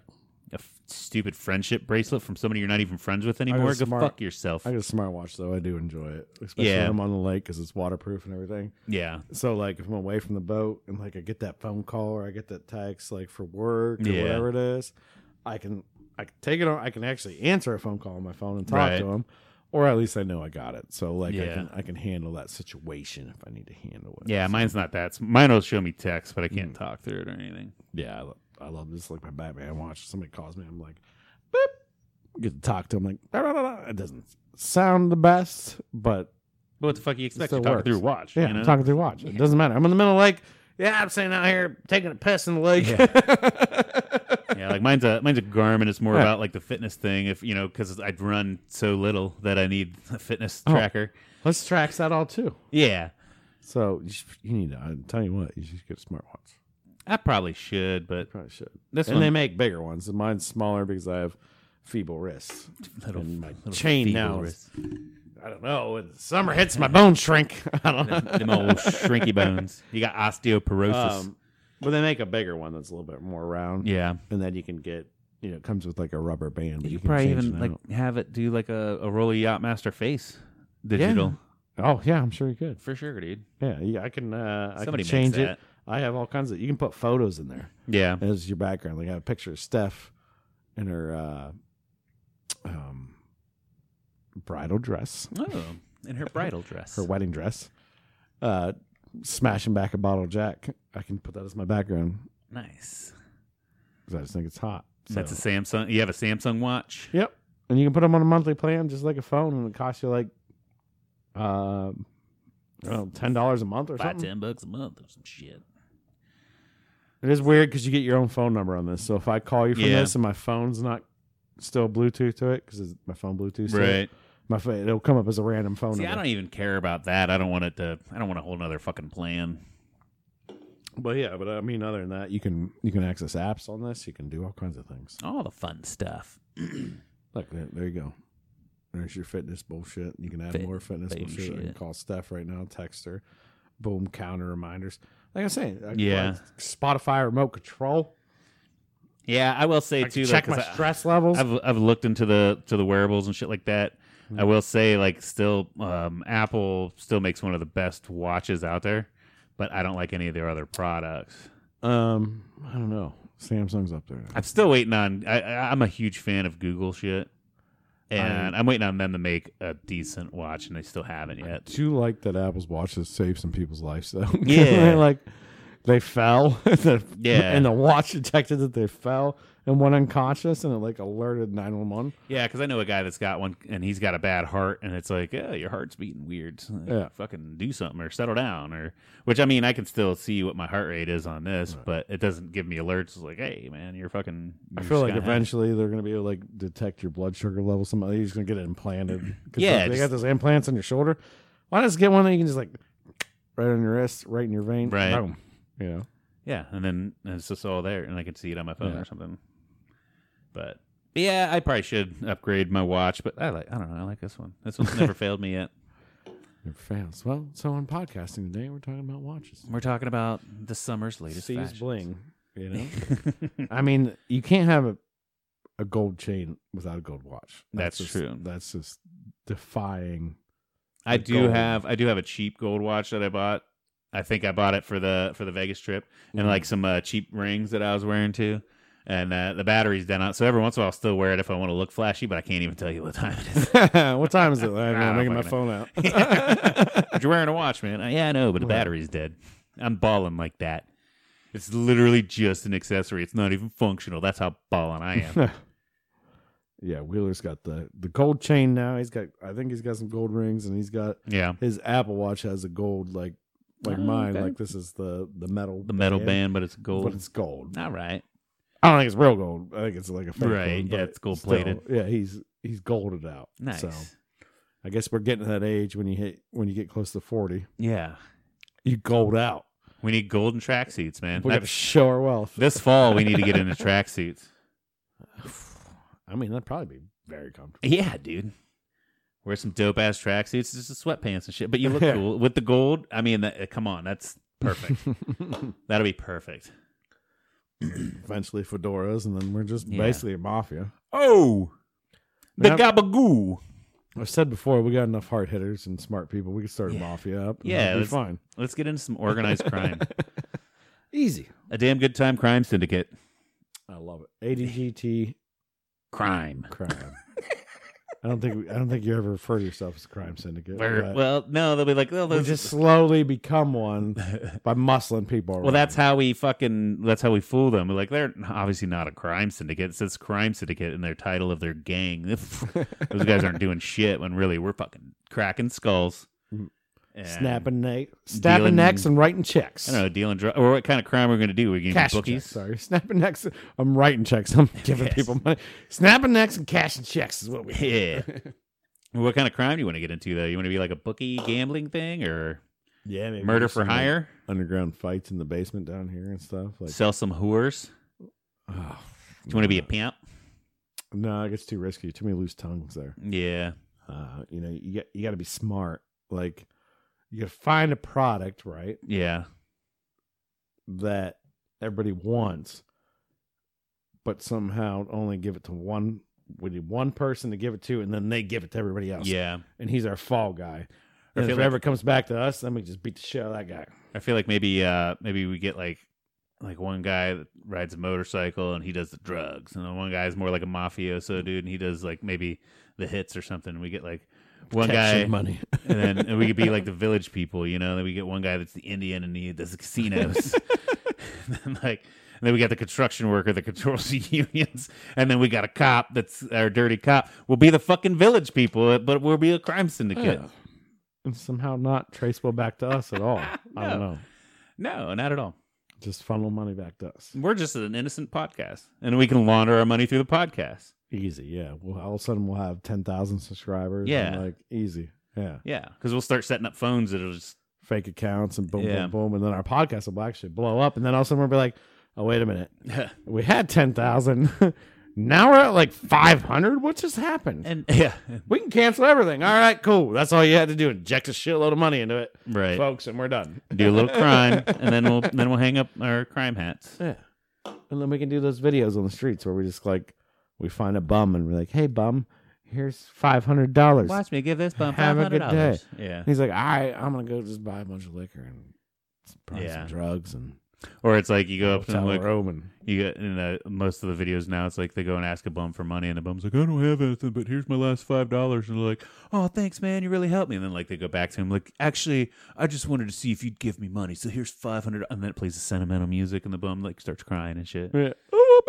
S2: A f- stupid friendship bracelet from somebody you're not even friends with anymore? Go
S1: smart-
S2: fuck yourself.
S1: I got a smartwatch though. I do enjoy it, especially
S2: Yeah.
S1: when I'm on the lake because it's waterproof and everything.
S2: yeah.
S1: So like if I'm away from the boat and like I get that phone call or I get that text like for work or
S2: Yeah.
S1: whatever it is, I can I can take it on I can actually answer a phone call on my phone and talk
S2: Right.
S1: to them. Or at least I know I got it. So like I
S2: Yeah.
S1: can I can handle that situation if I need to handle it.
S2: Mm. Yeah, mine's not that. s- Mine will show me text, but I can't talk through it or anything.
S1: Yeah, I, I love this like my Batman watch. Somebody calls me, I'm like, boop. Get to talk to him like "Da, da, da, da." it doesn't sound the best, but
S2: But what the fuck you expect?
S1: Still
S2: You're talking
S1: works.
S2: through a watch.
S1: yeah,
S2: you know?
S1: I'm talking through watch. It doesn't matter. I'm in the middle of like, yeah, I'm sitting out here taking a piss in the lake.
S2: yeah, like mine's a mine's a Garmin. It's more
S1: Yeah.
S2: about like the fitness thing. If you know, because I'd run so little that I need a fitness
S1: Oh.
S2: tracker.
S1: Let's tracks that all too.
S2: Yeah,
S1: So you, should, you need to. I tell you what, you should get a smartwatch.
S2: I probably should, but
S1: Probably should.
S2: this
S1: and
S2: one
S1: they make bigger ones. And mine's smaller because I have feeble wrists.
S2: little,
S1: and my
S2: little
S1: chain
S2: feeble
S1: now.
S2: wrist.
S1: I don't know. When the summer hits, my bones shrink. I don't know.
S2: them old shrinky bones. You got osteoporosis.
S1: Um, but they make a bigger one that's a little bit more round.
S2: yeah,
S1: And then you can get, you know, it comes with like a rubber band. But
S2: you
S1: you,
S2: could
S1: can
S2: probably
S1: change
S2: even
S1: it
S2: like
S1: out.
S2: have it do like a, a roller yacht master face digital
S1: Oh yeah, I'm sure you could.
S2: for sure, dude.
S1: Yeah, yeah I can. Uh, I
S2: Somebody
S1: can change
S2: makes that.
S1: it. I have all kinds of. You can put photos in there
S2: Yeah,
S1: as your background. Like I have a picture of Steph in her uh, um, bridal dress,
S2: oh, in her bridal dress.
S1: her wedding dress, uh, smashing back a bottle of Jack. I can put that as my background
S2: nice.
S1: 'cause I just think it's hot.
S2: That's a
S1: So-
S2: Samsung. You have a Samsung watch.
S1: Yep. And you can put them on a monthly plan, just like a phone, and it costs you like, uh, I don't know, ten dollars a month or
S2: Five,
S1: something.
S2: ten bucks a month or some shit.
S1: It is weird because you get your own phone number on this. So if I call you from
S2: Yeah.
S1: this and my phone's not still Bluetooth to it because my phone Bluetooth, to it, Oh,
S2: Right.
S1: my phone, it'll come up as a random phone
S2: See, I
S1: number.
S2: don't even care about that. I don't want it to. I don't want a whole other fucking plan.
S1: but yeah, but uh, I mean, other than that, you can you can access apps on this. You can do all kinds of things.
S2: All the fun stuff.
S1: Look, there, there you go. There's your fitness bullshit. You can add
S2: Fit-
S1: more fitness
S2: baby
S1: bullshit. I can
S2: shit.
S1: call Steph right now, text her. Boom, counter reminders. Like I say, I can
S2: Yeah.
S1: buy Spotify remote control.
S2: Yeah, I will say
S1: I can
S2: too. though,
S1: check
S2: 'cause
S1: my
S2: I-
S1: stress levels.
S2: I've I've looked into the to the wearables and shit like that.
S1: Mm-hmm.
S2: I will say, like, still, um, Apple still makes one of the best watches out there, but I don't like any of their other products.
S1: um, I don't know. Samsung's up there. Now.
S2: I'm still waiting on. I, I, I'm a huge fan of Google shit, and I, am waiting on them to make a decent watch, and they still haven't
S1: I
S2: yet.
S1: do like that Apple's watches saved some people's lives though.
S2: Yeah.
S1: like they fell. and the-
S2: Yeah.
S1: and the watch detected that they fell and went unconscious, and it like alerted nine one one.
S2: Yeah, because I know a guy that's got one, and he's got a bad heart, and it's like, yeah, your heart's beating weird. Like,
S1: Yeah.
S2: fucking do something or settle down, or which I mean, I can still see what my heart rate is on this,
S1: Right.
S2: but it doesn't give me alerts. It's like, hey, man, you're fucking.
S1: I
S2: you're
S1: feel like
S2: sky high.
S1: eventually they're going to be able to like detect your blood sugar level. Somebody you're just going to get it implanted. 'Cause
S2: Yeah,
S1: they, they
S2: just-
S1: got those implants on your shoulder. Why not just get one that you can just like right on your wrist, right in your vein,
S2: Right.
S1: Boom. You know,
S2: Yeah, and then it's just all there, and I can see it on my phone
S1: Yeah.
S2: or something. But yeah, I probably should upgrade my watch, but I like I don't know, I like this one. This one's never failed me yet.
S1: never fails. Well, so on podcasting today, we're talking about watches.
S2: We're talking about the summer's latest
S1: Seas
S2: fashions.
S1: bling. You know, I mean, you can't have a a gold chain without a gold watch.
S2: That's
S1: just-
S2: true.
S1: That's just defying.
S2: I
S1: The
S2: do
S1: gold.
S2: have I do have a cheap gold watch that I bought. I think I bought it for the for the Vegas trip and like some uh, cheap rings that I was wearing too. And uh, the battery's down out, so every once in a while I'll still wear it if I want to look flashy, but I can't even tell you what time it is.
S1: what time is it? I'm
S2: don't
S1: making my
S2: fucking
S1: phone out.
S2: but you're wearing a watch, man. Uh, yeah, I know, but the
S1: Right.
S2: battery's dead. I'm balling like that. It's literally just an accessory. It's not even functional. That's how balling I am.
S1: yeah, Wheeler's got the the gold chain now. He's got I think he's got some gold rings and he's got
S2: yeah.
S1: his Apple Watch has a gold like like
S2: Oh,
S1: mine.
S2: okay.
S1: Like this is the the metal
S2: The metal band, but it's gold.
S1: But it's gold.
S2: All right.
S1: I don't think it's real gold. I think it's like a fake
S2: Right,
S1: one,
S2: yeah,
S1: but
S2: it's gold
S1: still-
S2: plated.
S1: Yeah, he's he's golded out.
S2: Nice.
S1: So I guess we're getting to that age when you hit when you get close to forty,
S2: Yeah.
S1: you gold out.
S2: We need golden tracksuits, man.
S1: We got to
S2: Oh. That's-
S1: show our wealth.
S2: this fall, we need to get into tracksuits.
S1: I mean, that'd probably be very comfortable.
S2: Yeah, dude. Wear some dope ass tracksuits, just the sweatpants and shit. But you look
S1: Yeah.
S2: cool with the gold. I mean, that, uh, come on, that's perfect. That'll be perfect.
S1: Eventually, fedoras, and then we're just
S2: Yeah.
S1: basically a mafia.
S2: Oh,
S1: the
S2: gabagoo.
S1: I've said before, we got enough hard hitters and smart people. We could start a
S2: Yeah.
S1: mafia up. and
S2: Yeah,
S1: it'd be
S2: let's-
S1: fine.
S2: Let's get into some organized crime.
S1: Easy.
S2: A damn good time crime syndicate.
S1: I love it. ADGT
S2: Crime.
S1: crime. I don't think I don't think you ever refer to yourself as a crime syndicate.
S2: Where,
S1: but
S2: well, no, they'll be like, oh,
S1: we
S2: those,
S1: just slowly become one by muscling people. Around.
S2: well, that's how we fucking, that's how we fool them. We're like, they're obviously not a crime syndicate. It says crime syndicate in their title of their gang. those guys aren't doing shit when really we're fucking cracking skulls.
S1: Mhm.
S2: And,
S1: snapping neck, snapping
S2: dealing-
S1: necks, and writing checks.
S2: I don't know, dealing drugs. Or what kind of crime we're going to do? We're going to
S1: Cash
S2: do bookies?
S1: checks. Sorry, snapping necks. I'm writing checks. I'm giving
S2: Yes.
S1: people money. Snapping necks and cashing checks is what we.
S2: Yeah. what kind of crime do you want to get into, though? You want to be like a bookie gambling thing or
S1: Yeah, maybe
S2: murder
S1: there's
S2: for
S1: some, like,
S2: hire?
S1: underground fights in the basement down here and stuff. Like,
S2: Sell some whores?
S1: oh,
S2: Do you want to be a pimp?
S1: no? It gets too risky. Too many loose tongues there.
S2: Yeah.
S1: Uh, you know, you got you got to be smart. Like, you gotta find a product right
S2: Yeah.
S1: that everybody wants, but somehow only give it to one. We need one person to give it to, and then they give it to everybody else.
S2: Yeah.
S1: and he's our fall guy.
S2: I
S1: And if
S2: feel
S1: it
S2: like-
S1: ever comes back to us, then we just beat the shit out of that guy.
S2: I feel like maybe uh maybe we get like like one guy that rides a motorcycle and he does the drugs, and then one guy's more like a
S1: Mm.
S2: mafioso dude and he does like maybe the hits or something. We get like one
S1: Protection
S2: guy,
S1: money.
S2: and then and we could be like the village people, you know. Then we get one guy that's the Indian and he does the casinos, and then like. And then we got the construction worker that controls the unions, and then we got a cop that's our dirty cop. We'll be the fucking village people, but we'll be a crime syndicate.
S1: Yeah. and somehow not traceable back to us at all. I
S2: No.
S1: don't know.
S2: No, not at all.
S1: Just funnel money back to us.
S2: We're just an innocent podcast, and we can launder our money through the podcast.
S1: Easy, yeah. Well, all of a sudden we'll have ten thousand subscribers.
S2: Yeah.
S1: and, like easy, yeah.
S2: Yeah, because we'll start setting up phones that'll just
S1: Fake accounts and boom,
S2: Yeah.
S1: boom, boom, and then our podcast will actually blow up, and then all of a sudden we'll be like, oh wait a minute, we had ten thousand. Now we're at like 500. What just happened?
S2: and yeah,
S1: We can cancel everything. All right, cool. That's all you had to do. Inject a shitload of money into it,
S2: right.
S1: folks, and we're done.
S2: Do a little crime, and then we'll then we'll hang up our crime hats.
S1: Yeah. And then we can do those videos on the streets where we just like we find a bum and we're like, "Hey bum, here's five hundred dollars."
S2: Watch me give this bump five
S1: Have a
S2: hundred
S1: good
S2: dollars. Yeah,
S1: He's like, "All right, I'm gonna go just buy a bunch of liquor and probably
S2: Yeah.
S1: some drugs and
S2: or it's like you go up to
S1: hotel
S2: like
S1: room and
S2: you get in uh, most of the videos now. It's like they go and ask a bum for money, and the bum's like, "I don't have anything, but here's my last five dollars." And they're like, "Oh, thanks, man, you really helped me." And then like they go back to him, like, "Actually, I just wanted to see if you'd give me money, so here's five hundred And then it plays the sentimental music, and the bum like starts crying and shit.
S1: yeah.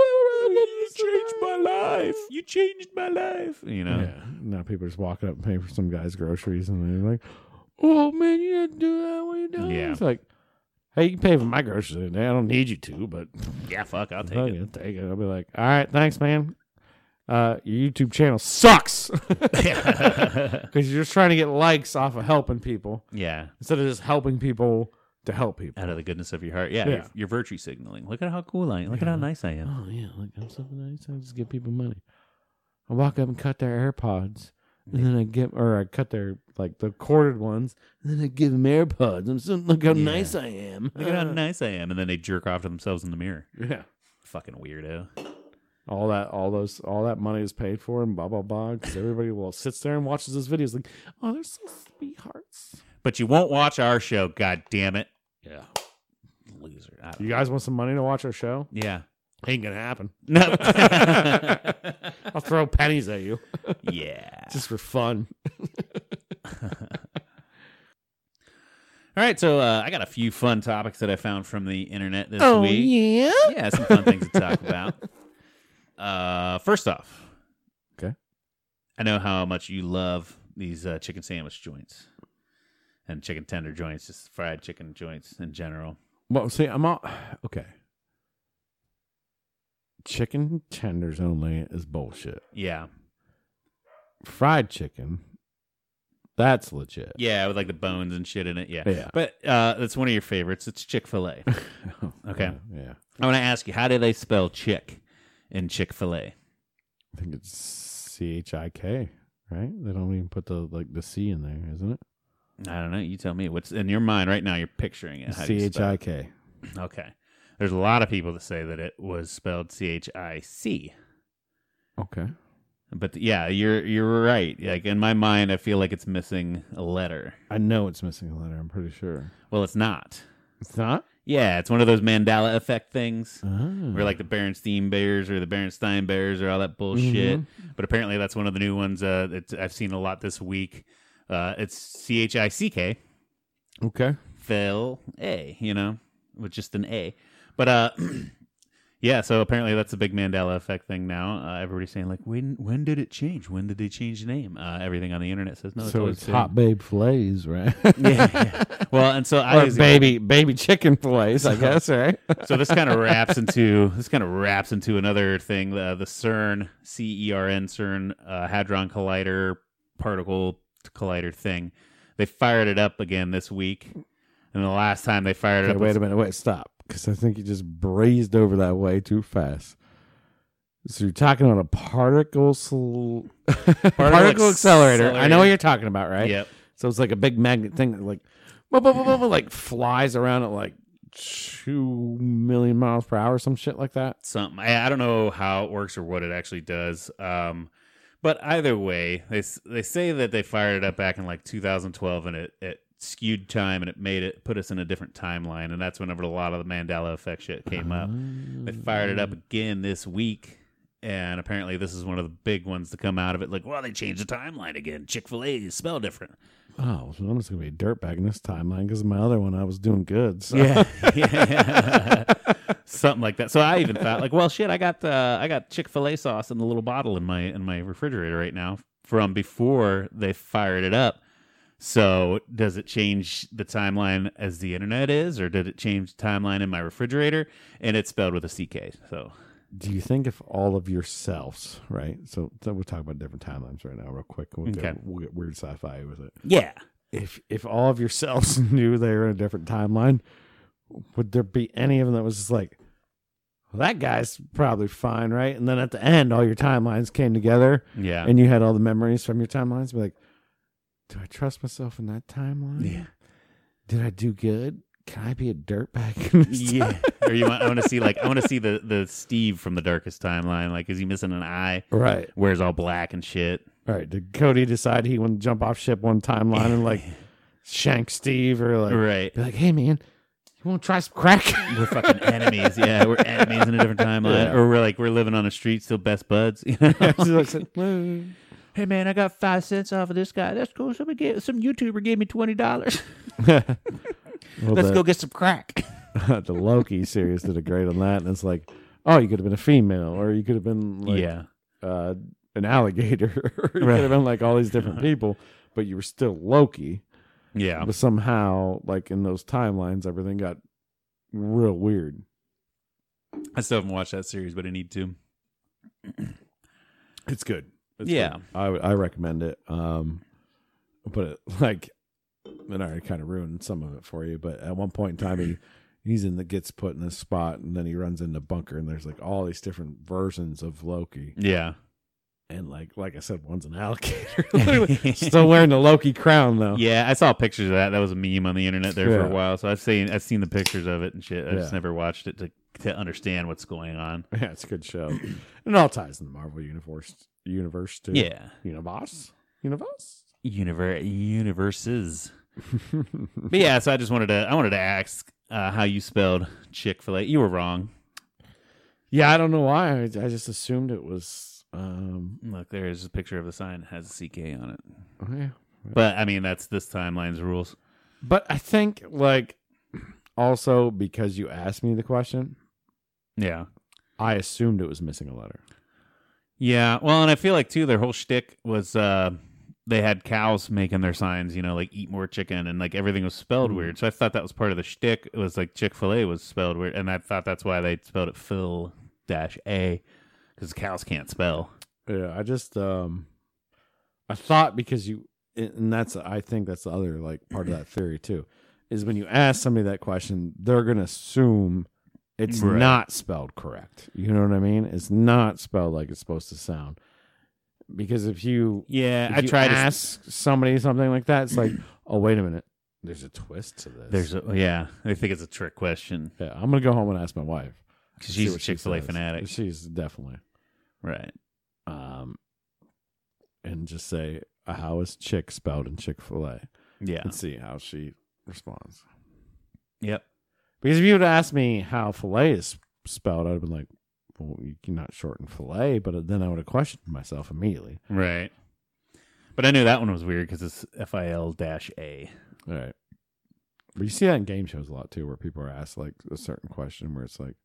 S2: Oh, you changed my life. You changed my life. You know.
S1: yeah. Now people are just walking up and paying for some guy's groceries and they're like, "Oh man, you didn't do that. What are you doing?"
S2: Yeah.
S1: It's like, "Hey, you can pay for my groceries today. I don't need you to, but
S2: Yeah, fuck, I'll take
S1: I'll
S2: it.
S1: take it." I'll be like, "All right, thanks, man. Uh, your YouTube channel sucks." because you're just trying to get likes off of helping people
S2: yeah.
S1: instead of just helping people to help people.
S2: Out of the goodness of your heart. Yeah,
S1: Yeah.
S2: You're, you're virtue signaling. Look at how cool I am. Look at how nice I am.
S1: Oh yeah, like I'm so nice. I just give people money. I walk up and cut their AirPods, and then I get or I cut their like the corded ones, and then I give them AirPods. I'm so look how
S2: Yeah.
S1: nice I am.
S2: Look at how nice I am. And then they jerk off to themselves in the mirror.
S1: yeah.
S2: Fucking weirdo.
S1: All that, all those, all that money is paid for, and blah blah blah. Because everybody well sits there and watches those videos, like, oh, they're so sweethearts.
S2: But you won't watch our show, god damn it.
S1: Yeah.
S2: Loser. I don't-
S1: You guys want some money to watch our show?
S2: Yeah.
S1: Ain't gonna happen.
S2: No.
S1: I'll throw pennies at you
S2: yeah.
S1: just for fun.
S2: All right, so uh, I got a few fun topics that I found from the internet this week.
S1: Oh, yeah.
S2: yeah, some fun things to talk about. Uh, first off,
S1: Okay.
S2: I know how much you love these uh, chicken sandwich joints and chicken tender joints, just fried chicken joints in general.
S1: Well, see, I'm all okay. Chicken tenders only is bullshit.
S2: Yeah,
S1: Fried chicken, that's legit.
S2: yeah, with like the bones and shit in it. Yeah,
S1: Yeah.
S2: But uh, that's one of your favorites. It's Chick Fil A. Okay.
S1: Yeah, yeah.
S2: I want to ask you, how do they spell chick in Chick Fil A?
S1: I think it's C H I K, right? They don't even put the like the C in there, isn't it?
S2: I don't know. You tell me. What's in your mind right now? You're picturing it. How do
S1: C
S2: you
S1: H
S2: spell
S1: I
S2: it?
S1: K.
S2: Okay. There's a lot of people that say that it was spelled C H I C.
S1: Okay.
S2: But th- yeah, you're you're right. Like in my mind, I feel like it's missing a letter.
S1: I know it's missing a letter. I'm pretty sure
S2: Well, it's not.
S1: it's not.
S2: Yeah, it's one of those Mandela effect things.
S1: Oh.
S2: Or like the Berenstein Bears or the Berenstein Bears or all that bullshit.
S1: Mm-hmm.
S2: But apparently that's one of the new ones uh, that I've seen a lot this week. Uh, it's C H I C K,
S1: Ah. okay.
S2: Phil A, you know, with just an A. But uh, yeah, so apparently that's a big Mandela effect thing now. Uh, everybody's saying like, when when did it change? When did they change the name? Uh, everything on the internet says no. It's
S1: so
S2: always
S1: it's
S2: been-
S1: hot babe fillets, right?
S2: yeah, yeah. Well, and so I
S1: or
S2: was
S1: baby baby chicken fillets, I guess, right?
S2: so this kind of wraps into this kind of wraps into another thing uh, the CERN C E R N CERN uh, hadron collider particle collider thing. They fired it up again this week, and the last time they fired it
S1: Okay,
S2: up,
S1: wait a minute. Wait, stop. Because I think you just brazed over that way too fast. So you're talking about a particle, sl- particle, accelerator. I know
S2: accelerator.
S1: what you're talking about, right?
S2: Yep.
S1: So it's like a big magnet thing that like, blah, blah, blah, blah, blah, like flies around at like two million miles per hour, some shit like that.
S2: something. I, I don't know how it works or what it actually does. Um, but either way, they s- they say that they fired it up back in like 2012, and it it skewed time and it made it put us in a different timeline, and that's whenever a lot of the Mandela effect shit came up. They fired it up again this week. And apparently, this is one of the big ones to come out of it. Like, well, they changed the timeline again. Chick fil A spell different.
S1: Oh, so I'm just gonna be a dirtbag in this timeline because my other one I was doing good. So.
S2: Yeah. yeah. Something like that. So I even thought like, well shit, I got uh, I got Chick-fil-A sauce in the little bottle in my in my refrigerator right now from before they fired it up. So does it change the timeline as the internet is or did it change the timeline in my refrigerator and it's spelled with a CK. So
S1: Do you think if all of yourselves, right? So, so we'll talk about different timelines right now, real quick. We'll,
S2: Okay.
S1: get, we'll get weird sci-fi with it.
S2: yeah.
S1: if if all of yourselves knew they were in a different timeline, would there be any of them that was just like, well, that guy's probably fine, right? And then at the end, all your timelines came together,
S2: Yeah.
S1: and you had all the memories from your timelines. Be like, do I trust myself in that timeline?
S2: Yeah.
S1: Did I do good? Can I be a dirtbag? in this time?
S2: yeah. or you want I want to see like I want to see the the Steve from the darkest timeline like is he missing an eye?
S1: Right.
S2: Wears all black and shit.
S1: All right. Did Cody decide he wanted to jump off ship one timeline and like shank Steve or like
S2: Right.
S1: be like, hey man, you want to try some crack?
S2: we're fucking enemies. Yeah, we're enemies in a different timeline,
S1: Yeah.
S2: or we're like we're living on the street, still best buds. you know?
S1: She's like, "Whoa."
S2: hey man, I got five cents off of this guy. That's cool. Somebody gave, some YouTuber gave me twenty dollars.
S1: Well,
S2: Let's
S1: the-
S2: go get some crack.
S1: the Loki series did a great on that, and it's like, oh, you could have been a female, or you could have been like
S2: yeah,
S1: uh, an alligator, or you
S2: Right. Uh-huh.
S1: could have been like all these different people, but you were still Loki.
S2: yeah,
S1: But somehow, like in those timelines, everything got real weird.
S2: I still haven't watched that series, but I need to.
S1: It's good. It's
S2: Yeah.
S1: good. I would- I recommend it. Um, but it, like, and I kind of ruined some of it for you. But at one point in time, he he's in the gets put in a spot, and then he runs into bunker, and there's like all these different versions of Loki,
S2: Yeah,
S1: and like like I said, one's an alligator, Literally, still wearing the Loki crown though.
S2: yeah, I saw pictures of that. That was a meme on the internet there for
S1: Yeah.
S2: a while, so I've seen I've seen the pictures of it and shit. I just
S1: Yeah.
S2: never watched it to to understand what's going on.
S1: Yeah, it's a good show. and it all ties in the Marvel universe universe too.
S2: Yeah,
S1: universe, universe.
S2: universe universes. But yeah, so I just wanted to I wanted to ask uh, how you spelled Chick Fil A. You were wrong.
S1: yeah, I don't know why. I, I just assumed it was. Um, oh,
S2: Look, there is a picture of the sign that has a CK on it.
S1: yeah.
S2: But I mean, that's this timeline's rules.
S1: But I think like also because you asked me the question,
S2: Yeah,
S1: I assumed it was missing a letter.
S2: yeah. Well, and I feel like too, their whole shtick was uh, they had cows making their signs, you know, like eat more chicken, and like everything was spelled
S1: Mm.
S2: weird. So I thought that was part of the shtick. It was like Chick Fil A was spelled weird, and I thought that's why they spelled it Phil dash A because cows can't spell.
S1: Yeah, I just um I thought because you and that's I think that's the other like part of that theory too is when you ask somebody that question, they're going to assume it's
S2: Right.
S1: not spelled correct. You know what I mean? It's not spelled like it's supposed to sound. Because if you
S2: Yeah,
S1: if
S2: I
S1: you
S2: tried. to
S1: ask somebody something like that, it's like, "Oh, wait a minute. There's a twist to this."
S2: There's a yeah. I think it's a trick question.
S1: Yeah, I'm gonna go home and ask my wife.
S2: 'Cause
S1: See
S2: she's
S1: what
S2: a
S1: she
S2: Chick Fil A
S1: says.
S2: fanatic,
S1: She's definitely.
S2: right?
S1: Um, and just say, "How is chick spelled in Chick Fil A?"
S2: Yeah.
S1: and see how she responds.
S2: Yep.
S1: Because if you would ask me how fillet is spelled, I'd have been like, well, you cannot shorten fillet, but then I would have questioned myself immediately.
S2: Right. But I knew that one was weird because it's F I L dash A.
S1: All right. But you see that in game shows a lot too, where people are asked like a certain question where it's like,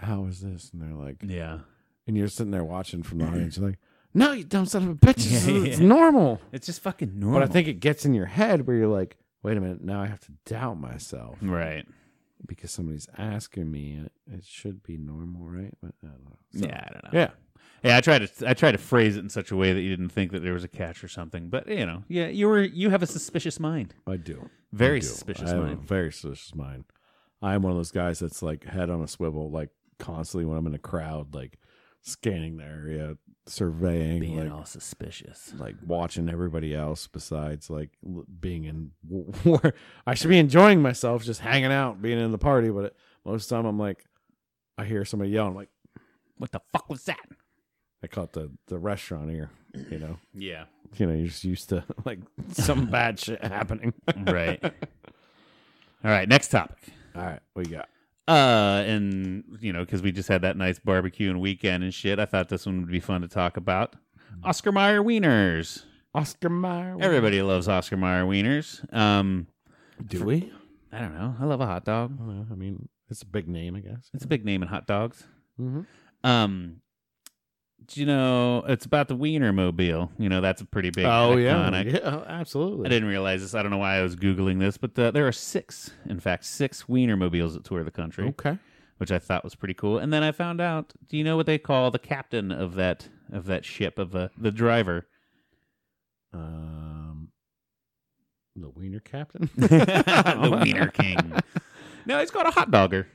S1: how is this? And they're like,
S2: Yeah.
S1: and you're sitting there watching from the audience. You're like, no, you dumb son of a bitch. It's,
S2: Yeah,
S1: it's
S2: yeah.
S1: normal.
S2: It's just fucking normal.
S1: But I think it gets in your head where you're like, wait a minute, now I have to doubt myself
S2: Right.
S1: because somebody's asking me, and it- it should be normal, right? But I don't know. So-
S2: yeah, I don't know.
S1: Yeah.
S2: Yeah, I tried to I tried to phrase it in such a way that you didn't think that there was a catch or something. But you know, yeah, you were you have a suspicious mind.
S1: I do.
S2: Very
S1: I do.
S2: suspicious
S1: I have a
S2: mind.
S1: very suspicious mind. I am one of those guys that's like head on a swivel, like constantly when I'm in a crowd, like scanning the area, surveying,
S2: Being
S1: like
S2: all suspicious.
S1: like watching everybody else besides like l- being in war. I should be enjoying myself, just hanging out, being in the party. But it, most of the time, I'm like, I hear somebody yelling, like
S2: What the fuck was that?
S1: I caught the the restaurant here. You know,
S2: Yeah.
S1: you know, you're just used to like some bad shit happening.
S2: Right. all right, next topic.
S1: All right, we got.
S2: Uh, and you know, because we just had that nice barbecue and weekend and shit, I thought this one would be fun to talk about. Oscar Mayer wieners.
S1: Oscar Mayer.
S2: Everybody loves Oscar Mayer wieners. Um,
S1: Do we?
S2: I don't know. I love a hot dog.
S1: I, don't know. I mean, it's a big name, I guess.
S2: It's a big name in hot dogs.
S1: Mm-hmm.
S2: Um, do you know, it's about the Wiener Mobile. You know, that's a pretty big.
S1: Oh yeah,
S2: iconic-
S1: yeah, oh, absolutely.
S2: I didn't realize this. I don't know why I was googling this, but uh, there are six, in fact, six Wiener Mobiles that tour the country,
S1: Okay.
S2: which I thought was pretty cool. And then I found out. Do you know what they call the captain of that of that ship of uh, the driver?
S1: Um, the Wiener Captain.
S2: the Wiener King. No, it's called a hot dogger.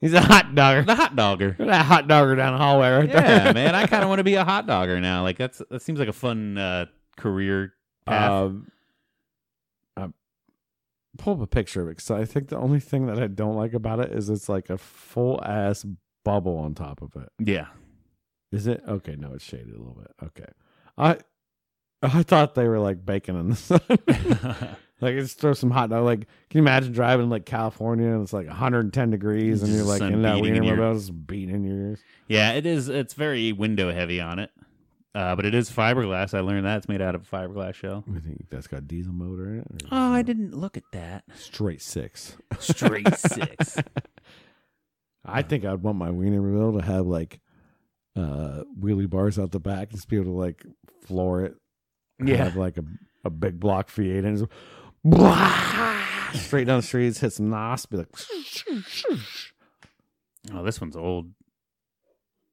S1: He's a hot dogger.
S2: The hot dogger.
S1: Look at that hot dogger down the hallway right
S2: Yeah,
S1: there.
S2: man. I kind of want to be a hot dogger now. Like that's that seems like a fun uh, career path.
S1: Um, I pull up a picture of it because I think the only thing that I don't like about it is it's like a full ass bubble on top of it.
S2: yeah.
S1: Is it okay? No, it's shaded a little bit. Okay, I I thought they were like baking in the sun. like just throw some hot dog. Like can you imagine driving like California and it's like 110 degrees and
S2: Just
S1: you're like
S2: sun
S1: in that
S2: beating in
S1: wiener
S2: your-
S1: mobile just beating in your ears.
S2: yeah, it is. It's very window heavy on it, uh, but it is fiberglass. I learned that it's made out of fiberglass shell.
S1: I think that's got diesel motor in it. or-
S2: Oh, I didn't look at that.
S1: Straight six.
S2: Straight six.
S1: I think I'd want my wiener wheel to have like uh wheelie bars out the back, just be able to like floor it.
S2: Yeah.
S1: Have like a, a big block V8 and just blah, straight down the streets, hit some nos, be like
S2: Oh, this one's old.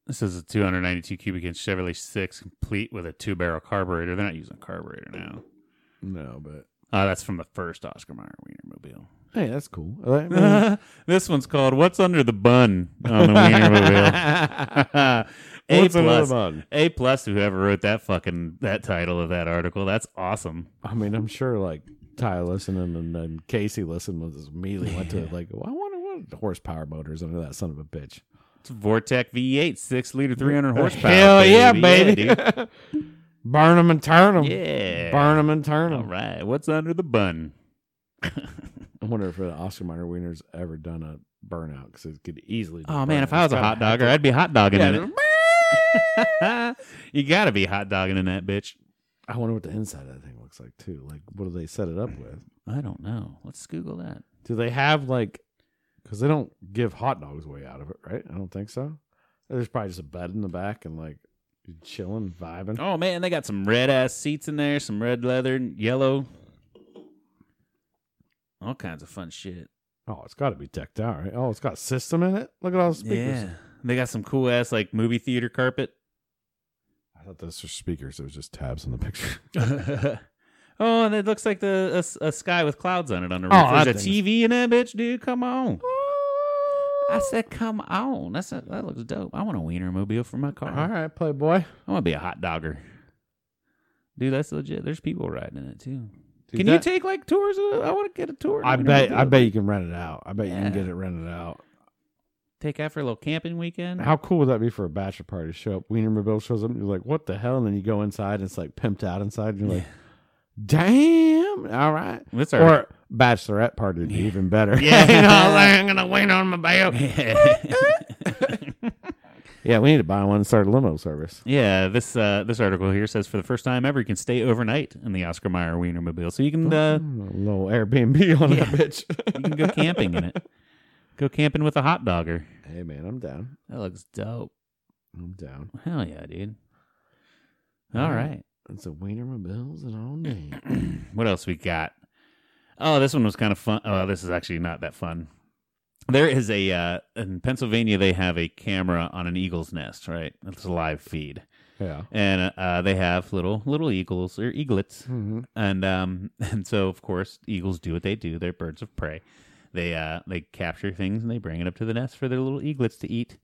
S2: This is a 292 cubic inch Chevrolet six, complete with a two barrel carburetor. They're not using a carburetor now.
S1: No, but
S2: Uh, that's from the first Oscar Mayer Wienermobile.
S1: hey, that's cool. I mean,
S2: this one's called "What's Under the Bun" on the Wienermobile. a
S1: what's another
S2: plus.
S1: bun?
S2: A plus to whoever wrote that fucking that title of that article. That's awesome.
S1: I mean, I'm sure like Ty listening and then Casey listened was just immediately went to it like, well, I wonder what horsepower motors under that son of a bitch.
S2: It's a Vortec V8, six liter, three hundred horsepower.
S1: Hell yeah,
S2: baby.
S1: baby.
S2: Yeah,
S1: Burn them and turn them.
S2: dude. Yeah.
S1: Burn them and turn
S2: All
S1: them.
S2: right. What's under the bun?
S1: I wonder if an Oscar Mayer Wiener's ever done a burnout because it could easily. do
S2: Oh man, if
S1: burnout.
S2: I was
S1: It's
S2: a hot
S1: gotta have
S2: dogger, I'd be hot dogging
S1: Yeah,
S2: in it. you gotta be hot dogging in that bitch.
S1: to- I wonder what the inside of that thing looks like too. Like, what do they set it up with?
S2: I don't know. Let's Google that.
S1: Do they have like? Because they don't give hot dogs way out of it, right? I don't think so. There's probably just a bed in the back and like you're chilling, vibing.
S2: Oh man, they got some red ass seats in there, some red leather, and yellow, all kinds of fun shit.
S1: Oh, it's got to be decked out, right? Oh, it's got a system in it. Look at all the speakers.
S2: Yeah, they got some cool ass like movie theater carpet.
S1: I thought those were speakers. It was just tabs on the picture.
S2: oh, and it looks like the a s- a, sky with clouds on it on the roof.
S1: Oh, that
S2: There's a
S1: thing's-
S2: TV in that bitch, dude. Come on. I said, come on. That's a, that looks dope. I want a wiener mobile for my car.
S1: all right, Playboy.
S2: I want to be a hot dogger. Dude, that's legit. There's people riding in it too.
S1: Dude,
S2: can
S1: that-
S2: you take like tours? Of, I want to get a tour. in a
S1: I
S2: wiener
S1: bet. I
S2: mobile.
S1: bet you can rent it out. I bet you
S2: Yeah.
S1: can get it rented out.
S2: Take out for a little camping weekend.
S1: How cool would that be for a bachelor party? Show up, Wienermobile shows up, and you're like, "What the hell?" And then you go inside, and it's like pimped out inside, and you're like, Damn. All right.
S2: That's all right.
S1: Or bachelorette party would be even better.
S2: Yeah,
S1: You know, like-
S2: I'm gonna wait on my bail.
S1: yeah. We need to buy one and start a limo service.
S2: yeah, this uh, this article here says for the first time ever, you can stay overnight in the Oscar Mayer Wienermobile, so you can uh,
S1: Mm, a little Airbnb on
S2: Yeah.
S1: that bitch.
S2: you can go camping in it. Go camping with a hot dogger.
S1: hey man, I'm down.
S2: That looks dope.
S1: I'm down.
S2: Hell yeah, dude. All
S1: All
S2: right.
S1: right. It's a Wiener Mobile's and all name.
S2: what else we got? Oh, this one was kind of fun. Oh, this is actually not that fun. There is a uh, in Pennsylvania they have a camera on an eagle's nest, right? It's a live feed,
S1: Yeah.
S2: and uh, they have little little eagles or eaglets,
S1: Mm-hmm.
S2: and um, and so of course eagles do what they do. They're birds of prey. They uh, they capture things and they bring it up to the nest for their little eaglets to eat.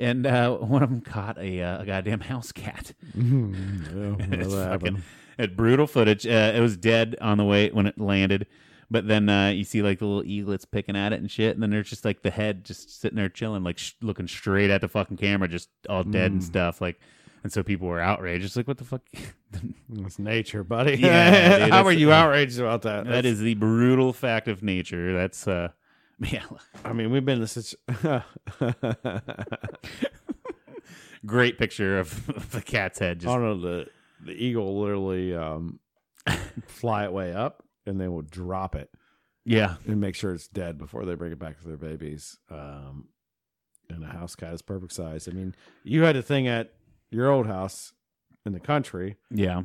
S2: And uh, one of them caught a, uh, a goddamn house cat.
S1: Mm, yeah
S2: it's
S1: that
S2: fucking
S1: happened.
S2: it brutal footage. Uh, it was dead on the way when it landed, but then uh, you see like the little eaglets picking at it and shit, and then there's just like the head just sitting there chilling, like sh- looking straight at the fucking camera, just all dead and
S1: Mm.
S2: stuff. Like, and so people were outraged. It's like, what the fuck?
S1: It's nature, buddy.
S2: Yeah, dude,
S1: How
S2: it's-
S1: are you outraged about that?
S2: that is the brutal fact of nature. That's uh, yeah,
S1: I mean, we've been in this.
S2: great picture of, of the cat's head.
S1: I
S2: Just
S1: don't know. The, the eagle will literally um, fly it way up and they will drop it
S2: yeah,
S1: and make sure it's dead before they bring it back to their babies. Um, and a house cat is perfect size. I mean, you had a thing at your old house in the country
S2: yeah,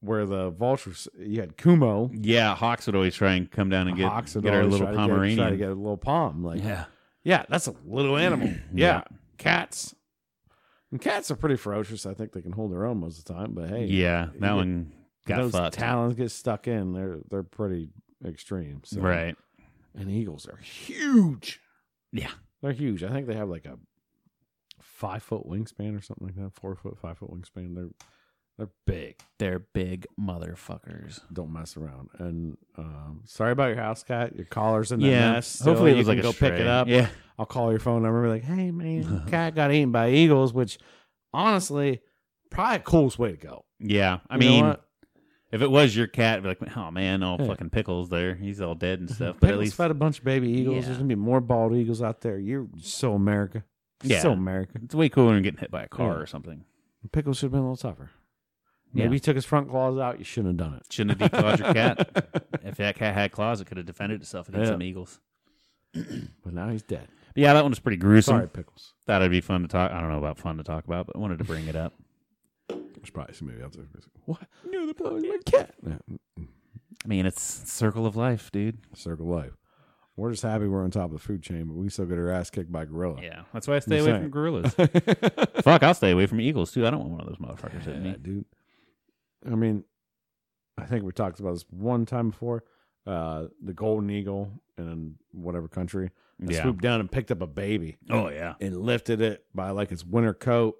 S1: where the vultures, you had Kumo.
S2: yeah. Hawks would always try and come down and get
S1: Hawks would
S2: get our
S1: always
S2: little
S1: try to get-
S2: Pomeranian.
S1: try to get a little palm. Like,
S2: yeah,
S1: yeah, that's a little animal.
S2: Yeah.
S1: yeah. Cats. And cats are pretty ferocious. I think they can hold their own most of the time, but hey,
S2: yeah. That
S1: you-
S2: one got
S1: those
S2: fucked.
S1: talons get stuck in. They're they're pretty extreme. So.
S2: Right.
S1: And eagles are huge.
S2: Yeah.
S1: They're huge. I think they have like a five foot wingspan or something like that. Four foot, five foot wingspan. They're they're big.
S2: They're big motherfuckers.
S1: Don't mess around. And um, sorry about your house cat. Your collar's in the
S2: Yeah.
S1: mess. so
S2: Hopefully, it
S1: you
S2: was
S1: can
S2: like a
S1: go pick it
S2: stray.
S1: up.
S2: Yeah.
S1: I'll call your phone number and be like, hey man, cat got eaten by eagles, which honestly, probably the coolest way to go.
S2: Yeah. I
S1: You know
S2: mean,
S1: what?
S2: if it was your cat, it'd be like, oh man, all
S1: Yeah.
S2: fucking pickles there. He's all dead and stuff. But
S1: Pickles
S2: at least
S1: fed a bunch of baby eagles.
S2: Yeah.
S1: There's gonna be more bald eagles out there. You're so America.
S2: Yeah.
S1: So America.
S2: it's way cooler than getting hit by a car
S1: Yeah.
S2: or something.
S1: Pickles should have been a little tougher.
S2: Yeah.
S1: Maybe he took his front claws out. You shouldn't have done it.
S2: Shouldn't have declawed your cat. If that cat had claws, it could have defended itself against
S1: Yeah.
S2: some eagles.
S1: But now he's dead.
S2: But yeah, that one was pretty gruesome.
S1: Sorry, Pickles.
S2: Thought it'd be fun to talk. I don't know about fun to talk about, but I wanted to bring it up.
S1: There's probably somebody out there. who's like, What? You're the boy, my cat. Yeah.
S2: I mean, it's circle of life, dude.
S1: Circle of life. We're just happy we're on top of the food chain, but we still get our ass kicked by a gorilla.
S2: Yeah, that's why I stay
S1: You're
S2: away
S1: saying.
S2: from gorillas. Fuck, I'll stay away from eagles too. I don't want one of those motherfuckers hitting me.
S1: Yeah, dude. I mean, I think we talked about this one time before. Uh, the golden eagle in whatever country that
S2: Yeah.
S1: swooped down and picked up a baby
S2: Oh yeah.
S1: and lifted it by like its winter coat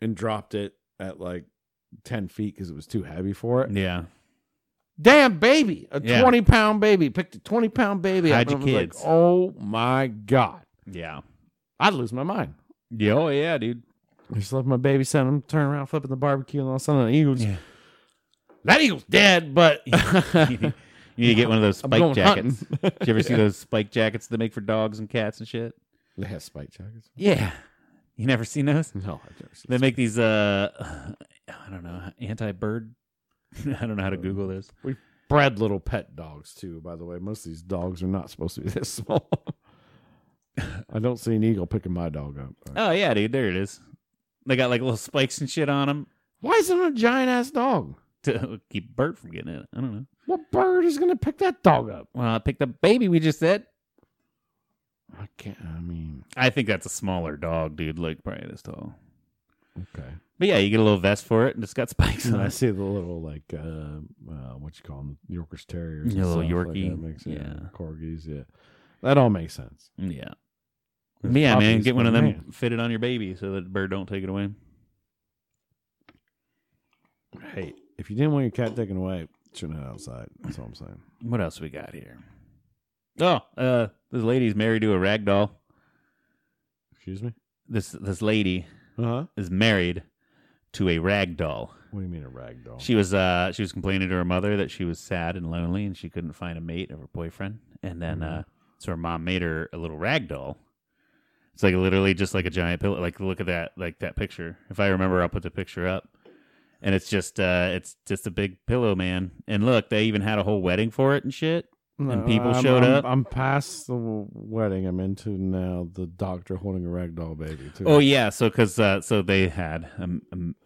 S1: and dropped it at like 10 feet because it was too heavy for it.
S2: Yeah.
S1: Damn baby, a
S2: Yeah.
S1: 20 pound baby picked a 20 pound baby up
S2: Hide
S1: and
S2: your
S1: I was
S2: kids.
S1: like, oh my God,
S2: Yeah.
S1: I'd lose my mind.
S2: Yeah. Oh yeah, dude.
S1: I just left my baby son. I'm turning around, flipping the barbecue, and all of a sudden, the eagle's
S2: Yeah.
S1: that eagle's dead. But
S2: you need to get one of those
S1: I'm
S2: spike
S1: going
S2: jackets.
S1: hunting.
S2: Did you ever see those spike jackets they make for dogs and cats and shit?
S1: They have spike jackets.
S2: Yeah. You never seen those?
S1: No, I've never seen
S2: They make these uh I don't know, anti bird I don't know how to Google this.
S1: bred little pet dogs too. By the way, most of these dogs are not supposed to be this small. I don't see an eagle picking my dog up.
S2: Oh yeah, dude, there it is. They got like little spikes and shit on them
S1: Why is it a giant ass dog?
S2: to keep a bird from getting in it. I don't know.
S1: What bird is gonna pick that dog up?
S2: Well, I picked up baby we just said.
S1: I can't. I mean,
S2: I think that's a smaller dog, dude, like probably this tall.
S1: okay.
S2: But yeah, you get a little vest for it and it's got spikes
S1: And
S2: on
S1: I
S2: it.
S1: see the little like uh, uh what you call them Yorkers terriers, and
S2: Yeah, little
S1: stuff
S2: Yorkie.
S1: like that makes, yeah.
S2: Yeah.
S1: corgis, yeah. That all makes sense.
S2: Yeah. Yeah, man,
S1: Puppies,
S2: get one
S1: but
S2: of them
S1: man,
S2: fitted on your baby so that the bird don't take it away.
S1: Hey, if you didn't want your cat taken away, shouldn't have it outside. That's all I'm saying.
S2: What else we got here? Oh, uh, this lady's married to a rag doll.
S1: Excuse me.
S2: This this lady
S1: Uh huh.
S2: Uh-huh. is married to a rag doll.
S1: What do you mean a rag doll?
S2: She was uh she was complaining to her mother that she was sad and lonely and she couldn't find a mate of her boyfriend. And then
S1: Mhm.
S2: uh so her mom made her a little rag doll. It's like literally just like a giant pillow. Like look at that like that picture. If I remember I'll put the picture up. And it's just uh it's just a big pillow man. And look, they even had a whole wedding for it and shit. and people
S1: I'm-
S2: showed
S1: I'm-
S2: up?
S1: I'm past the wedding. I'm into now the doctor holding a rag doll baby. Too.
S2: Oh yeah, so because uh, so they had a,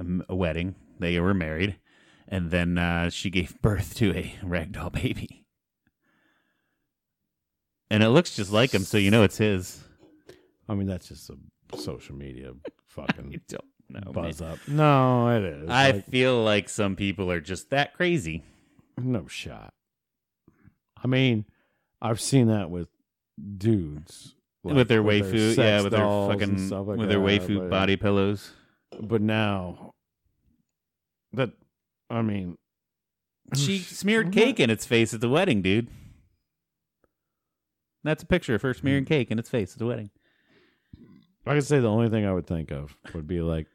S2: a, a wedding, they were married, and then uh, she gave birth to a ragdoll baby, and it looks just like him, so you know it's his.
S1: I mean that's just a social media fucking
S2: don't know.
S1: buzz up. No, it is.
S2: I
S1: Like,
S2: feel like some people are just that crazy.
S1: no shot. I mean, I've seen that with dudes like,
S2: with their waifu,
S1: sex
S2: yeah, with their
S1: dolls and
S2: fucking,
S1: stuff like
S2: with their
S1: that,
S2: waifu
S1: but-
S2: body pillows.
S1: But now that I mean,
S2: She smeared cake in its face at the wedding, dude. That's a picture of her smearing
S1: Hmm.
S2: cake in its face at the wedding.
S1: I could say the only thing I would think of would be like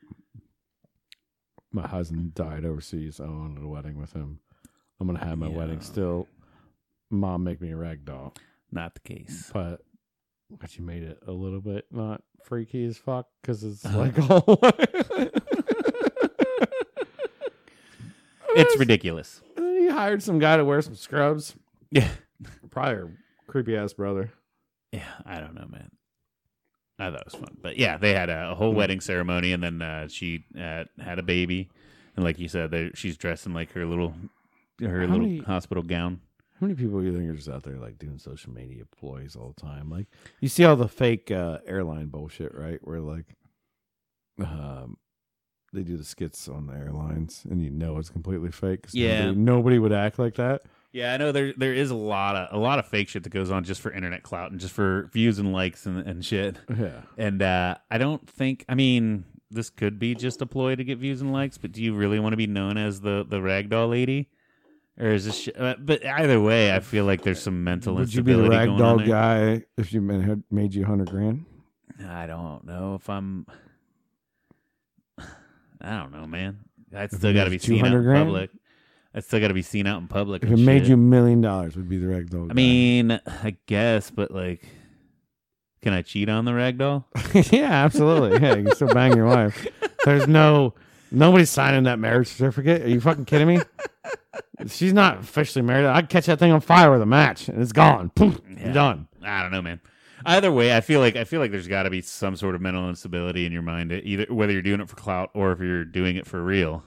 S1: my husband died overseas. I wanted a wedding with him. I'm gonna have my
S2: Yeah.
S1: wedding still. Mom make me a rag doll,
S2: Not the case.
S1: but but you made it a little bit not freaky as fuck because it's like all.
S2: It's ridiculous.
S1: And then he hired some guy to wear some scrubs.
S2: Yeah.
S1: Probably her creepy ass brother.
S2: Yeah, I don't know, man. I thought it was fun, but yeah, they had a, a whole wedding ceremony, and then uh, she uh, had a baby, and like you said, they, she's dressed in like her little her
S1: How
S2: little
S1: many-
S2: hospital gown.
S1: How many people do you think are just out there like doing social media ploys all the time? Like you see all the fake uh, airline bullshit, right? Where like um they do the skits on the airlines and you know it's completely fake 'cause
S2: Yeah.
S1: nobody, nobody would act like that.
S2: Yeah, I know there there is a lot of a lot of fake shit that goes on just for internet clout and just for views and likes and, and shit.
S1: Yeah.
S2: And uh, I don't think I mean this could be just a ploy to get views and likes, but do you really want to be known as the the ragdoll lady? Or is this? Sh- uh, but either way, I feel like there's some mental
S1: Would you be the
S2: instability going on
S1: ragdoll
S2: there.
S1: guy if you ma- had made you hundred grand?
S2: I don't know if I'm. I don't know, man. I'd
S1: If
S2: still
S1: it
S2: got to be
S1: was
S2: seen out
S1: 200
S2: in
S1: grand?
S2: public. I still got to be seen out in public.
S1: If it
S2: and
S1: made
S2: shit.
S1: you a million dollars, would be the ragdoll.
S2: I mean, I guess, but like, can I cheat on the ragdoll?
S1: mean, yeah, absolutely. Yeah, you can still bang your wife. There's no nobody's signing that marriage certificate. Are you fucking kidding me? She's not officially married. I'd catch that thing on fire with a match, and it's gone. Poof,
S2: Yeah.
S1: you're done.
S2: I don't know, man. Either way, I feel like I feel like there's got to be some sort of mental instability in your mind, either whether you're doing it for clout or if you're doing it for real.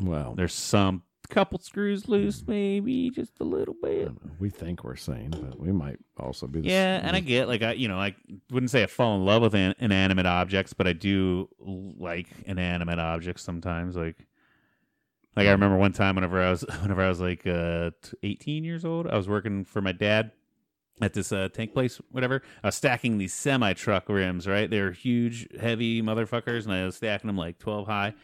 S1: Well,
S2: There's some couple screws loose, maybe just a little bit.
S1: we think we're sane, but we might also be. The
S2: Yeah, and I get like I, you know, I wouldn't say I fall in love with an, inanimate objects, but I do like inanimate objects sometimes. Like, like I remember one time whenever I was whenever I was like uh, t- 18 years old, I was working for my dad at this uh, tank place, whatever. I was stacking these semi truck rims, right? They're huge, heavy motherfuckers, and I was stacking them like 12 high.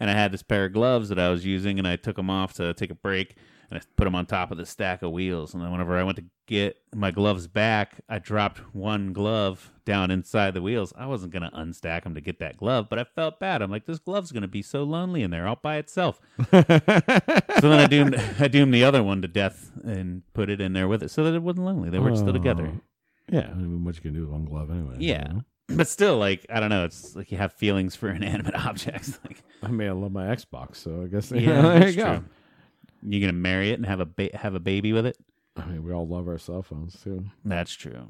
S2: And I had this pair of gloves that I was using, and I took them off to take a break, and I put them on top of the stack of wheels. And then whenever I went to get my gloves back, I dropped one glove down inside the wheels. I wasn't gonna unstack them to get that glove, but I felt bad. I'm like, this glove's gonna be so lonely in there all by itself. So then I doomed I doomed the other one to death and put it in there with it, so that it wasn't lonely. They were
S1: Oh.
S2: still together.
S1: Yeah, I mean, what you can do with one glove anyway. you
S2: Yeah.
S1: know?
S2: But still, like I don't know, it's like you have feelings for inanimate objects. Like
S1: I mean, I love my Xbox, so I guess
S2: yeah,
S1: there
S2: that's
S1: you go.
S2: true. You gonna marry it and have a ba- have a baby with it?
S1: I mean, we all love our cell phones too.
S2: That's true.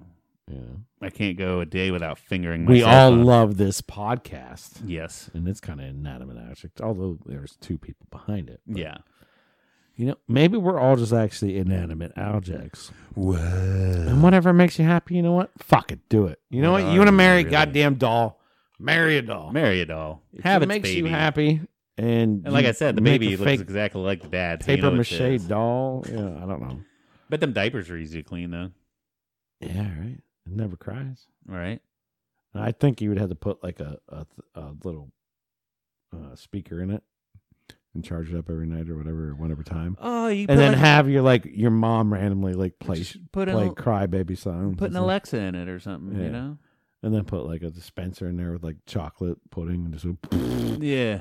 S1: Yeah,
S2: I can't go a day without fingering. My
S1: we
S2: cell
S1: all
S2: phone.
S1: love this podcast.
S2: Yes.
S1: and it's kind of inanimate object, although there's two people behind it. But,
S2: Yeah.
S1: You know, maybe we're all just actually inanimate objects.
S2: Whoa.
S1: And whatever makes you happy, you know what? Fuck it, do it. You know what? You want to marry a
S2: Really?
S1: goddamn doll? Marry a doll.
S2: Marry a doll.
S1: If
S2: Have
S1: it
S2: its
S1: makes
S2: baby.
S1: you happy. And
S2: And like
S1: you
S2: I said, the
S1: make
S2: baby
S1: a
S2: looks
S1: fake
S2: exactly like the dad. so you
S1: paper
S2: know it's
S1: mache
S2: his.
S1: doll. Yeah, I don't know.
S2: But them diapers are easy to clean though,
S1: Yeah, right. It never cries.
S2: right?
S1: And I think you would have to put like a a, th- a little uh, speaker in it and charge it up every night or whatever, or whenever time.
S2: Oh, you
S1: and then have your like your mom randomly like play
S2: put
S1: play
S2: an,
S1: crybaby songs,
S2: put an
S1: and, stuff.
S2: Alexa in it or something,
S1: Yeah.
S2: you know?
S1: and then put like a dispenser in there with like chocolate pudding and just
S2: Yeah.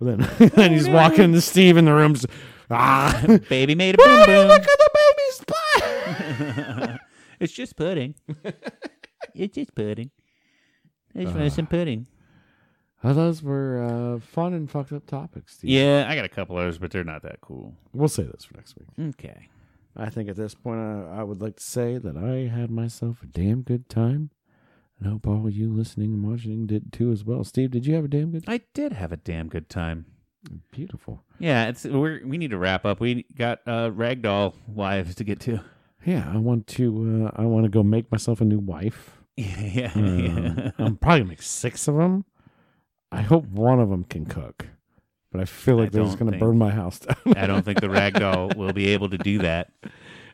S1: But then,
S2: Oh,
S1: then he's walking to Steve in the rooms. Ah,
S2: Baby made a
S1: Mommy,
S2: boom
S1: look
S2: boom.
S1: at the baby's butt.
S2: it's just pudding. it's just pudding. I just wanted some pudding.
S1: Well, those were uh, fun and fucked up topics. Steve.
S2: Yeah, I got a couple others, but they're not that cool.
S1: we'll say this for next week.
S2: Okay.
S1: I think at this point, I, I would like to say that I had myself a damn good time. And I hope all you listening and watching did too as well. Steve, did you have a damn good
S2: I did have a damn good time.
S1: Beautiful.
S2: Yeah, it's we're we need to wrap up. We got uh ragdoll wives to get to.
S1: Yeah, I want to. Uh, I want to go make myself a new wife.
S2: yeah,
S1: Um,
S2: yeah.
S1: I'm probably gonna make six of them. I hope one of them can cook, but I feel like
S2: I
S1: they're just
S2: don't
S1: gonna
S2: think-
S1: burn my house down.
S2: I don't think the ragdoll will be able to do that.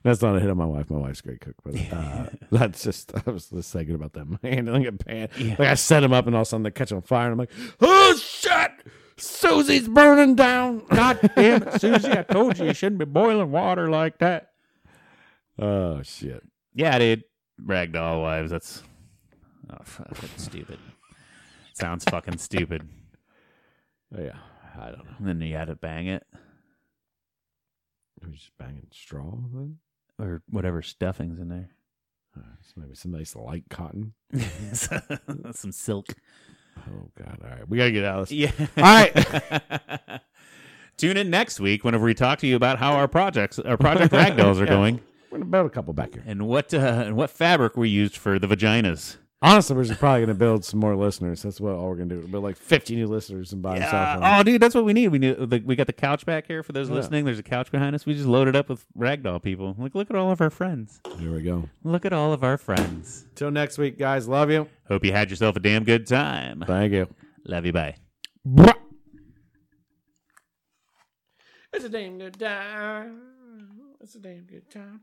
S1: that's not a hit on my wife. My wife's a great cook, but uh, that's just. I was just thinking about them handling a pan.
S2: Yeah.
S1: Like I set them up, and all of a sudden they catch on fire, and I'm like, "Oh shit, Susie's burning down!" God damn it, Susie!
S2: I told you you shouldn't be boiling water like that.
S1: oh shit.
S2: Yeah, dude. Ragdoll wives. That's oh, fuck, that's stupid. Sounds fucking stupid.
S1: Yeah, I don't know.
S2: And then you had to bang it
S1: Are we just banging straw then?
S2: or whatever stuffings in there.
S1: Uh, so maybe some nice light cotton.
S2: Some silk.
S1: Oh god! All right, we gotta get out of this.
S2: Yeah.
S1: All right.
S2: Tune in next week whenever we talk to you about how our projects, our project ragdolls are
S1: Yeah.
S2: going,
S1: We're gonna build a couple back here.
S2: and what uh, and what fabric we used for the vaginas.
S1: Honestly, we're just probably gonna build some more listeners. That's what all we're gonna do. Build like fifty new listeners and buy them
S2: Yeah.
S1: cell
S2: Oh, dude, that's what we need. We need the, we got the couch back here for those
S1: Yeah.
S2: listening. There's a couch behind us. We just loaded up with ragdoll people. Like, look at all of our friends.
S1: phones. Here we go.
S2: Look at all of our friends.
S1: Oh. Till next week, guys. Love you.
S2: Hope you had yourself a damn good time.
S1: Thank you.
S2: Love you. Bye.
S1: It's a damn good time. It's a damn good time.